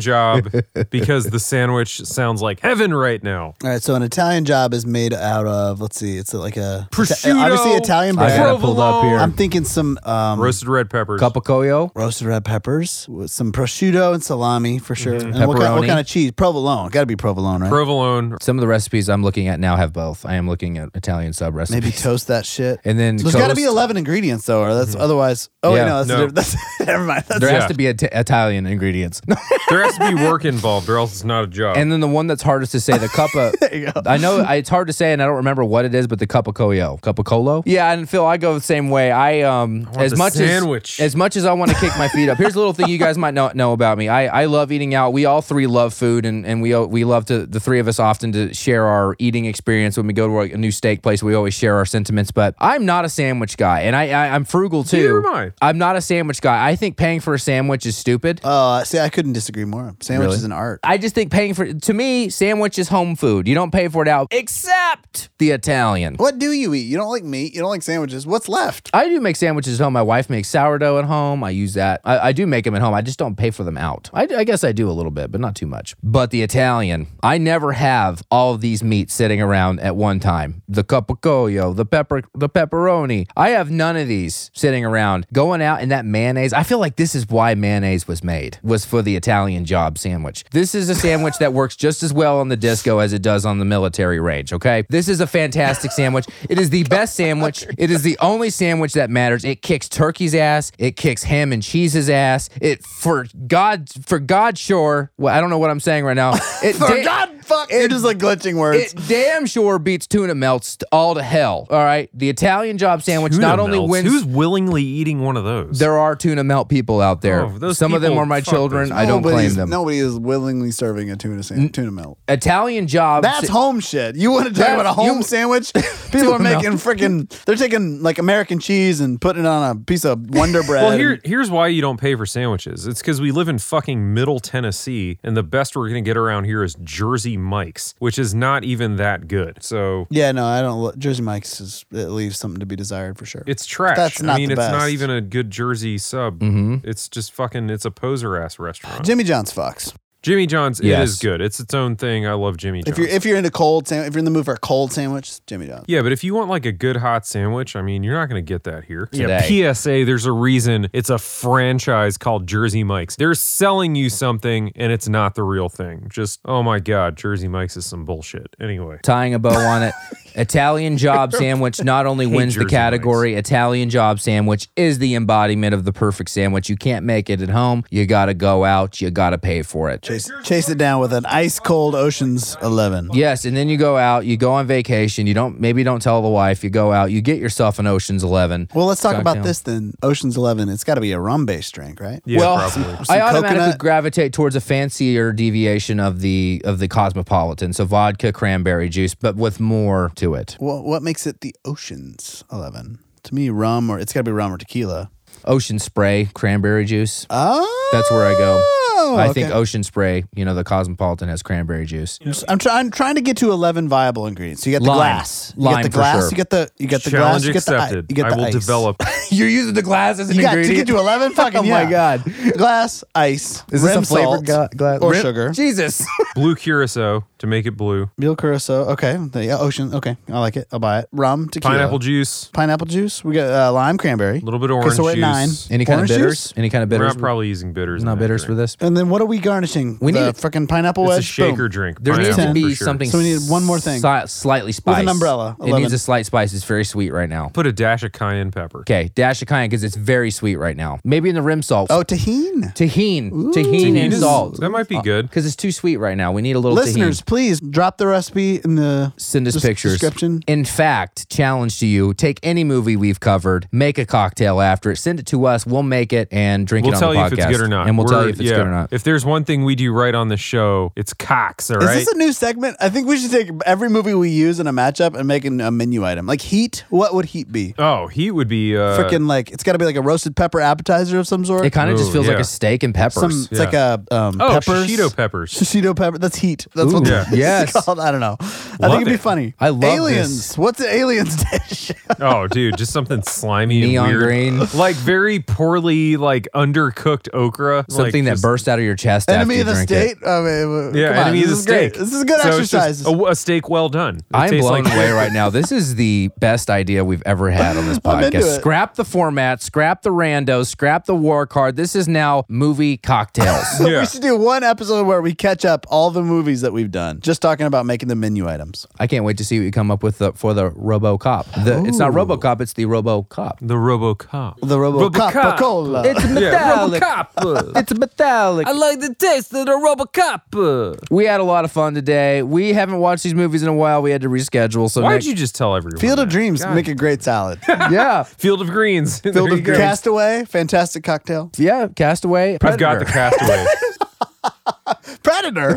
S5: job because the sandwich sounds like heaven right now.
S4: All right, so an Italian job is made out of let's see, it's like a
S5: Prosciutto,
S4: obviously Italian
S3: I got
S4: bread.
S3: it pulled up here.
S4: I'm thinking some
S3: Mm.
S4: um,
S5: Roasted red peppers.
S3: Cup of coyo.
S4: roasted red peppers, with some prosciutto and salami for sure.
S5: Mm-hmm.
S4: And what kind,
S3: Pepperoni.
S4: what kind of cheese? Provolone. Got to be provolone, right?
S5: Provolone.
S3: Some of the recipes I'm looking at now have both. I am looking at Italian sub recipes.
S4: Maybe toast that shit.
S3: And then
S4: there's got to
S3: toast. Mm-hmm.
S4: be 11 ingredients though, or that's otherwise. Oh
S3: Yeah,
S4: wait, no, that's, a
S5: no.
S4: different- that's never mind. That's
S3: There
S5: Yeah.
S3: has to be Ita- Italian ingredients.
S5: There has to be work involved, or else it's not a job.
S3: And then the one that's hardest to say, the cuppa. I know I- it's hard to say, and I don't remember what it is, but the cuppa coyo, cuppa colo. Yeah, and Phil, I go the same way. I um
S5: want
S3: as
S5: the
S3: much
S5: sandwich.
S3: as as much as I want to kick my feet up. Here's a little thing you guys might not know about me. I, I love eating out. We all three love food, and and we we love to the three of us often to share our eating experience when we go to like, a new steak place. We always share our sentiments, but I'm not a sandwich guy, and I, I I'm frugal too.
S5: Neither am I.
S3: I'm not a sandwich guy. I think paying for a sandwich is stupid.
S4: Uh, see, I couldn't disagree more. Sandwich
S3: Really?
S4: is an art.
S3: I just think paying for to me, sandwich is home food. You don't pay for it out except the Italian.
S4: What do you eat? You don't like meat. You don't like sandwiches. What's left?
S3: I do make sandwiches at home. My wife makes sour sourdough at home. I use that. I, I do make them at home. I just don't pay for them out. I, I guess I do a little bit, but not too much. But the Italian, I never have all of these meats sitting around at one time. The capocollo, the pepper, the pepperoni. I have none of these sitting around. Going out in that mayonnaise. I feel like this is why mayonnaise was made was for the Italian job sandwich. This is a sandwich that works just as well on the disco as it does on the military range. Okay, this is a fantastic sandwich. It is the best sandwich. It is the only sandwich that matters. It kicks turkey's ass. It kicks ham and cheese's ass. It for God for God sure. Well, I don't know what I'm saying right now. It
S4: For
S3: da-
S4: God, fuck. You're just like glitching words.
S3: it damn sure beats tuna melts all to hell. All right, the Italian job sandwich
S5: Tuna
S3: not only
S5: melts.
S3: wins.
S5: Who's willingly eating one of those?
S3: there are tuna melt people out there.
S5: Oh, those
S3: Some of them
S5: people-
S3: are my
S5: fuck
S3: children.
S5: those
S3: I don't claim
S4: Nobody's-
S3: them.
S4: Nobody is willingly serving a tuna sandwich, tuna melt.
S3: Italian jobs.
S4: That's home shit. You want to talk
S3: That's-
S4: about a home
S3: you-
S4: sandwich? People are making freaking. They're taking like American cheese and putting it on a piece of Wonder Bread.
S5: Well, here, here's why you don't pay for sandwiches. It's because we live in fucking Middle Tennessee, and the best we're gonna get around here is Jersey Mike's, which is not even that good. So
S4: yeah, no, I don't. lo- Jersey Mike's is it leaves something to be desired for sure.
S5: it's trash.
S4: That's
S5: I
S4: not
S5: mean,
S4: the
S5: it's not
S4: best.
S5: even a good Jersey sub.
S3: Mm-hmm.
S5: It's just fucking. It's a poser ass restaurant.
S4: Jimmy John's fucks.
S5: Jimmy John's. It
S3: Yes.
S5: is good. It's its own thing. I love Jimmy John's.
S4: If you're if you're into cold sandwich, if you're in the mood for a cold sandwich, Jimmy John's.
S5: yeah, but if you want like a good hot sandwich, I mean, you're not going to get that here.
S3: Today.
S5: Yeah, PSA, there's a reason it's a franchise called Jersey Mike's. They're selling you something and it's not the real thing. Just, oh my God, Jersey Mike's is some bullshit. Anyway,
S3: tying a bow on it. Italian job sandwich not only wins the
S5: Jersey
S3: category, Italian job sandwich is the embodiment of the perfect sandwich. You can't make it at home. You got to go out. You got to pay for it.
S4: Chase, chase it down with an ice cold Ocean's Eleven.
S3: Yes, and then you go out, you go on vacation, you don't maybe don't tell the wife, you go out, you get yourself an Ocean's 11.
S4: Well, let's talk about
S3: Cocktail.
S4: this then. Ocean's Eleven. It's got to be a rum based drink, right?
S5: yeah,
S3: well,
S5: probably.
S4: Some
S3: I automatically
S4: coconut.
S3: gravitate towards a fancier deviation of the of the cosmopolitan, so vodka cranberry juice, but with more to it.
S4: Well, what makes it the Ocean's Eleven? To me, rum or it's got to be rum or tequila.
S3: Ocean spray cranberry juice.
S4: Oh,
S3: That's where I go. I think
S4: okay.
S3: Ocean Spray, you know, the Cosmopolitan has cranberry juice.
S4: I'm, try- I'm trying to get to 11 viable ingredients. So you got the
S3: Lime.
S4: glass, you
S3: Lime
S4: got the
S3: for
S4: glass,
S3: sure.
S4: you got the you got the
S5: Challenge
S4: glass, you got the,
S5: accepted.
S4: I- you got the
S5: I will
S4: ice.
S5: develop.
S3: You're using the glass as an
S4: You got to get to 11 fucking
S3: Oh my
S4: yeah.
S3: God.
S4: Glass, ice,
S3: Is this
S4: rim
S3: a flavored
S4: salt,
S3: gla- glass-
S4: or
S3: rim-
S4: sugar.
S3: Jesus.
S5: blue curacao to make it blue,
S4: Real curacao. Okay. The- yeah, ocean. Okay. I like it. I'll buy it. Rum, tequila.
S5: pineapple juice,
S4: Pineapple juice. We got uh, lime cranberry.
S5: a little bit of
S4: Okay,
S5: orange
S4: so we're at
S5: juice.
S4: nine.
S3: Any kind
S4: Orange
S3: of bitters?
S4: juice?
S3: Any kind of
S5: We're
S3: bitters?
S5: not probably using bitters.
S3: no
S5: in that
S3: bitters for
S5: drink.
S3: this.
S4: And then what are we garnishing?
S3: We
S4: the
S3: need-
S4: freaking pineapple
S5: It's
S4: wedge.
S5: a shaker
S4: Boom.
S5: drink.
S3: There needs to
S5: pineapple
S3: be
S5: Oh, for sure.
S3: something.
S4: So we need one more thing.
S3: si- slightly spiced.
S4: umbrella,
S3: It
S4: 11.
S3: needs a slight spice. It's very sweet right now.
S5: Put a dash of cayenne pepper.
S3: Okay, dash of cayenne because it's very sweet right now. Maybe in the rim salt.
S4: Oh, tahine.
S3: tahine. Tahine
S5: Tahini
S3: and
S5: is-
S3: salt. Uh,
S5: That might be good.
S3: Because it's too sweet right now. We need a little
S4: Listeners,
S3: tahini.
S4: please drop the recipe in the
S3: Send us
S4: des-
S3: pictures.
S4: description.
S3: In fact, challenge to you: take any movie we've covered, make a cocktail after it, send it to us. We'll make it and drink
S5: We'll
S3: it on
S5: tell
S3: the
S5: you
S3: podcast,
S5: if it's good or not.
S3: and we'll tell
S5: We're-
S3: you if it's
S5: yeah.
S3: good or not.
S5: If there's one thing we do right on the show, it's cocks, all
S4: Is
S5: right?
S4: this a new segment? I think we should take every movie we use in a matchup and make an, a menu item. Like Heat, what would Heat be?
S5: oh, he would be uh,
S4: Freaking like it's got to be like a roasted pepper appetizer of some sort.
S3: It kind of just
S5: Ooh,
S3: feels like
S5: yeah.
S3: a steak and peppers.
S4: Some, it's
S5: yeah.
S4: like a um,
S5: Oh,
S4: peppers.
S5: shishito peppers.
S4: Shishito pepper. That's Heat. That's what
S3: Ooh,
S4: this is
S3: yes.
S4: called. I don't know. I
S5: Love
S4: think it'd be
S5: it.
S4: funny.
S3: I love
S4: aliens.
S3: this.
S4: What's an aliens dish?
S5: oh, dude, just something slimy, and
S3: Neon
S5: weird.
S3: green.
S5: like very poorly, like undercooked okra,
S3: Something
S5: like
S3: that bursts out of your chest
S4: enemy of
S3: after you
S4: the
S3: drink it.
S4: state. I mean,
S5: Yeah,
S4: come on,
S5: enemy of
S4: this
S5: the
S4: is great.
S5: steak.
S4: This is a good
S5: So it's just
S4: exercise.
S5: A, a steak well done. It
S3: I'm
S5: tastes
S3: blown
S5: like-
S3: away right now. This is the best idea we've ever had on this
S4: I'm into
S3: podcast.
S4: it.
S3: Scrap the format, scrap the randos, scrap the war card. This is now movie cocktails.
S5: Yeah.
S4: We should do one episode where we catch up all the movies that we've done, just talking about making the menu items.
S3: I can't wait to see what you come up with uh, for the RoboCop. The, it's not RoboCop, it's the RoboCop.
S5: The RoboCop.
S4: The RoboCop.
S5: Uh,
S4: Coca-Cola.
S3: metallic.
S5: RoboCop.
S3: It's metallic.
S6: I like the taste of the RoboCop.
S3: We had a lot of fun today. We haven't watched these movies in a while. We had to reschedule. So
S5: Why'd
S3: next-
S5: you just tell everyone?
S4: Field of
S5: that?
S4: Dreams
S5: Oh God.
S4: make a great salad.
S3: yeah,
S5: Field of Greens. There
S4: Field
S5: you
S4: of
S5: go.
S4: Castaway, fantastic cocktail.
S3: yeah. Castaway.
S5: I've got
S3: Predator.
S5: the castaway.
S4: Predator.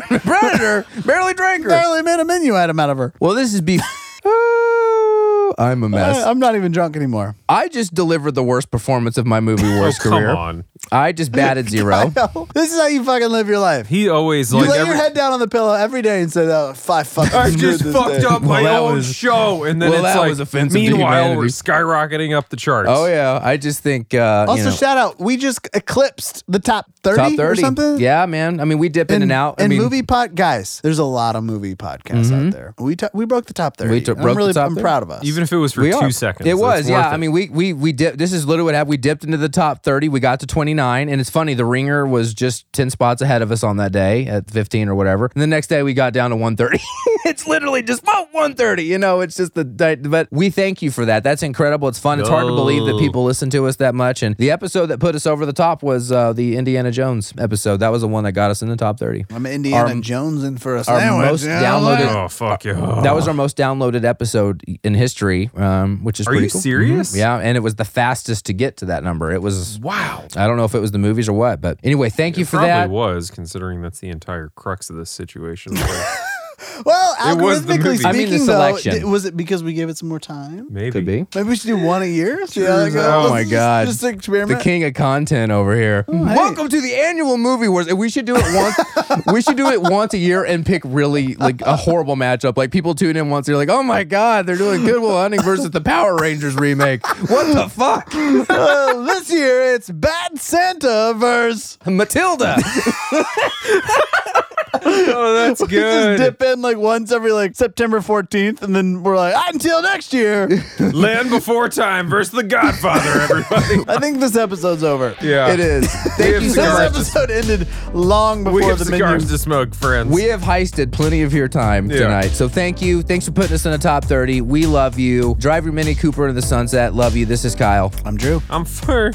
S3: Predator. Barely drank her.
S4: Barely made a menu item out of her.
S3: Well, this is be. Ooh, Oh, I'm a mess.
S4: I, am not even drunk anymore.
S3: I just delivered the worst performance of my movie worst
S5: Oh, come
S3: career.
S5: on.
S3: I just batted zero.
S4: This is how you fucking live your life.
S5: He always
S4: You
S5: like
S4: lay
S5: every-
S4: your head down on the pillow every day and say, "Oh, five fucking."
S5: I
S4: screwed
S5: just
S4: this
S5: fucked
S4: day."
S5: up
S3: Well,
S5: my
S3: that
S5: own
S3: was-
S5: show, and then
S3: Well,
S5: it's
S3: that
S5: like.
S3: was offensive to
S5: meanwhile,
S3: humanity.
S5: we're skyrocketing up the charts.
S3: Oh yeah, I just think uh, you
S4: Also,
S3: know,
S4: shout out. We just eclipsed the top thirty,
S3: top
S4: or
S3: thirty
S4: something.
S3: Yeah, man. I mean, we dip in and out. I
S4: and
S3: mean, Mm-hmm.
S4: movie pod guys, there's a lot of movie podcasts out there. We t- we broke the top thirty.
S3: We t-
S4: I'm
S3: broke the
S4: really,
S3: top
S4: I'm
S3: 30.
S4: proud of us.
S5: Even if it was for
S3: we
S5: two
S3: are.
S5: seconds.
S3: It
S5: it's
S3: was, yeah.
S5: worth
S3: I
S5: it.
S3: mean, we we we dipped. This is literally what happened. We dipped into the top thirty. We got to twenty nine, and it's funny. The ringer was just ten spots ahead of us on that day at fifteen or whatever. And the next day we got down to one thirty. it's literally just about one thirty. You know, it's just the. di- But we thank you for that. That's incredible. It's fun. It's hard to believe that
S5: No.
S3: people listen to us that much. And the episode that put us over the top was uh, the Indiana Jones episode. That was the one that got us in the top thirty.
S4: I'm Indiana
S3: Our-
S4: Jones in for a
S3: Our
S4: sandwich.
S3: most
S4: you know, like-
S3: downloaded
S5: Oh, fuck you.
S3: that was our most downloaded episode in history, um, which is
S5: Are
S3: pretty
S5: you
S3: cool.
S5: serious?
S3: Mhm. Yeah, and it was the fastest to get to that number. It was wow. I don't know if it was the movies or what, but anyway, thank you for
S5: Probably
S3: that.
S5: was, considering that's the entire crux of this situation.
S4: Well,
S5: It was the
S4: algorithmically
S5: movie.
S4: speaking,
S5: I
S3: mean, the
S4: though,
S3: selection.
S4: di- was it because we gave it some more time?
S5: Maybe.
S3: Could be
S4: Maybe we should do one a year. See how that
S5: Turns
S4: goes.
S5: out- Oh
S3: my
S4: Just-
S3: God.
S4: Just
S3: the
S4: experiment.
S3: king of content over here.
S4: hey.
S3: Welcome to the annual movie wars. We should do it once. we should do it once a year and pick really like a horrible matchup. Like people tune in once, they're like, "Oh my god, they're doing Goodwill Hunting versus the Power Rangers remake. What the fuck,
S4: Uh, this year it's Bad Santa verse.
S3: Matilda?"
S5: Oh, that's
S4: We just
S5: good.
S4: dip in like once every like September 14th, and then we're like, until next year.
S5: Land Before Time versus The Godfather, everybody.
S4: I think this episode's over.
S5: Yeah.
S3: It is.
S5: We
S3: Thank
S5: have
S3: you so
S4: This
S5: cigars
S3: much.
S5: to-
S4: episode ended long
S5: we
S4: before
S5: have
S4: the
S5: cigars
S4: minions.
S5: to smoke, friends.
S3: We have heisted plenty of your time
S5: Yeah.
S3: tonight. So thank you. Thanks for putting us in the top 30. We love you. Drive your Mini Cooper into the sunset. Love you. This is Kyle.
S4: I'm Drew.
S5: I'm for.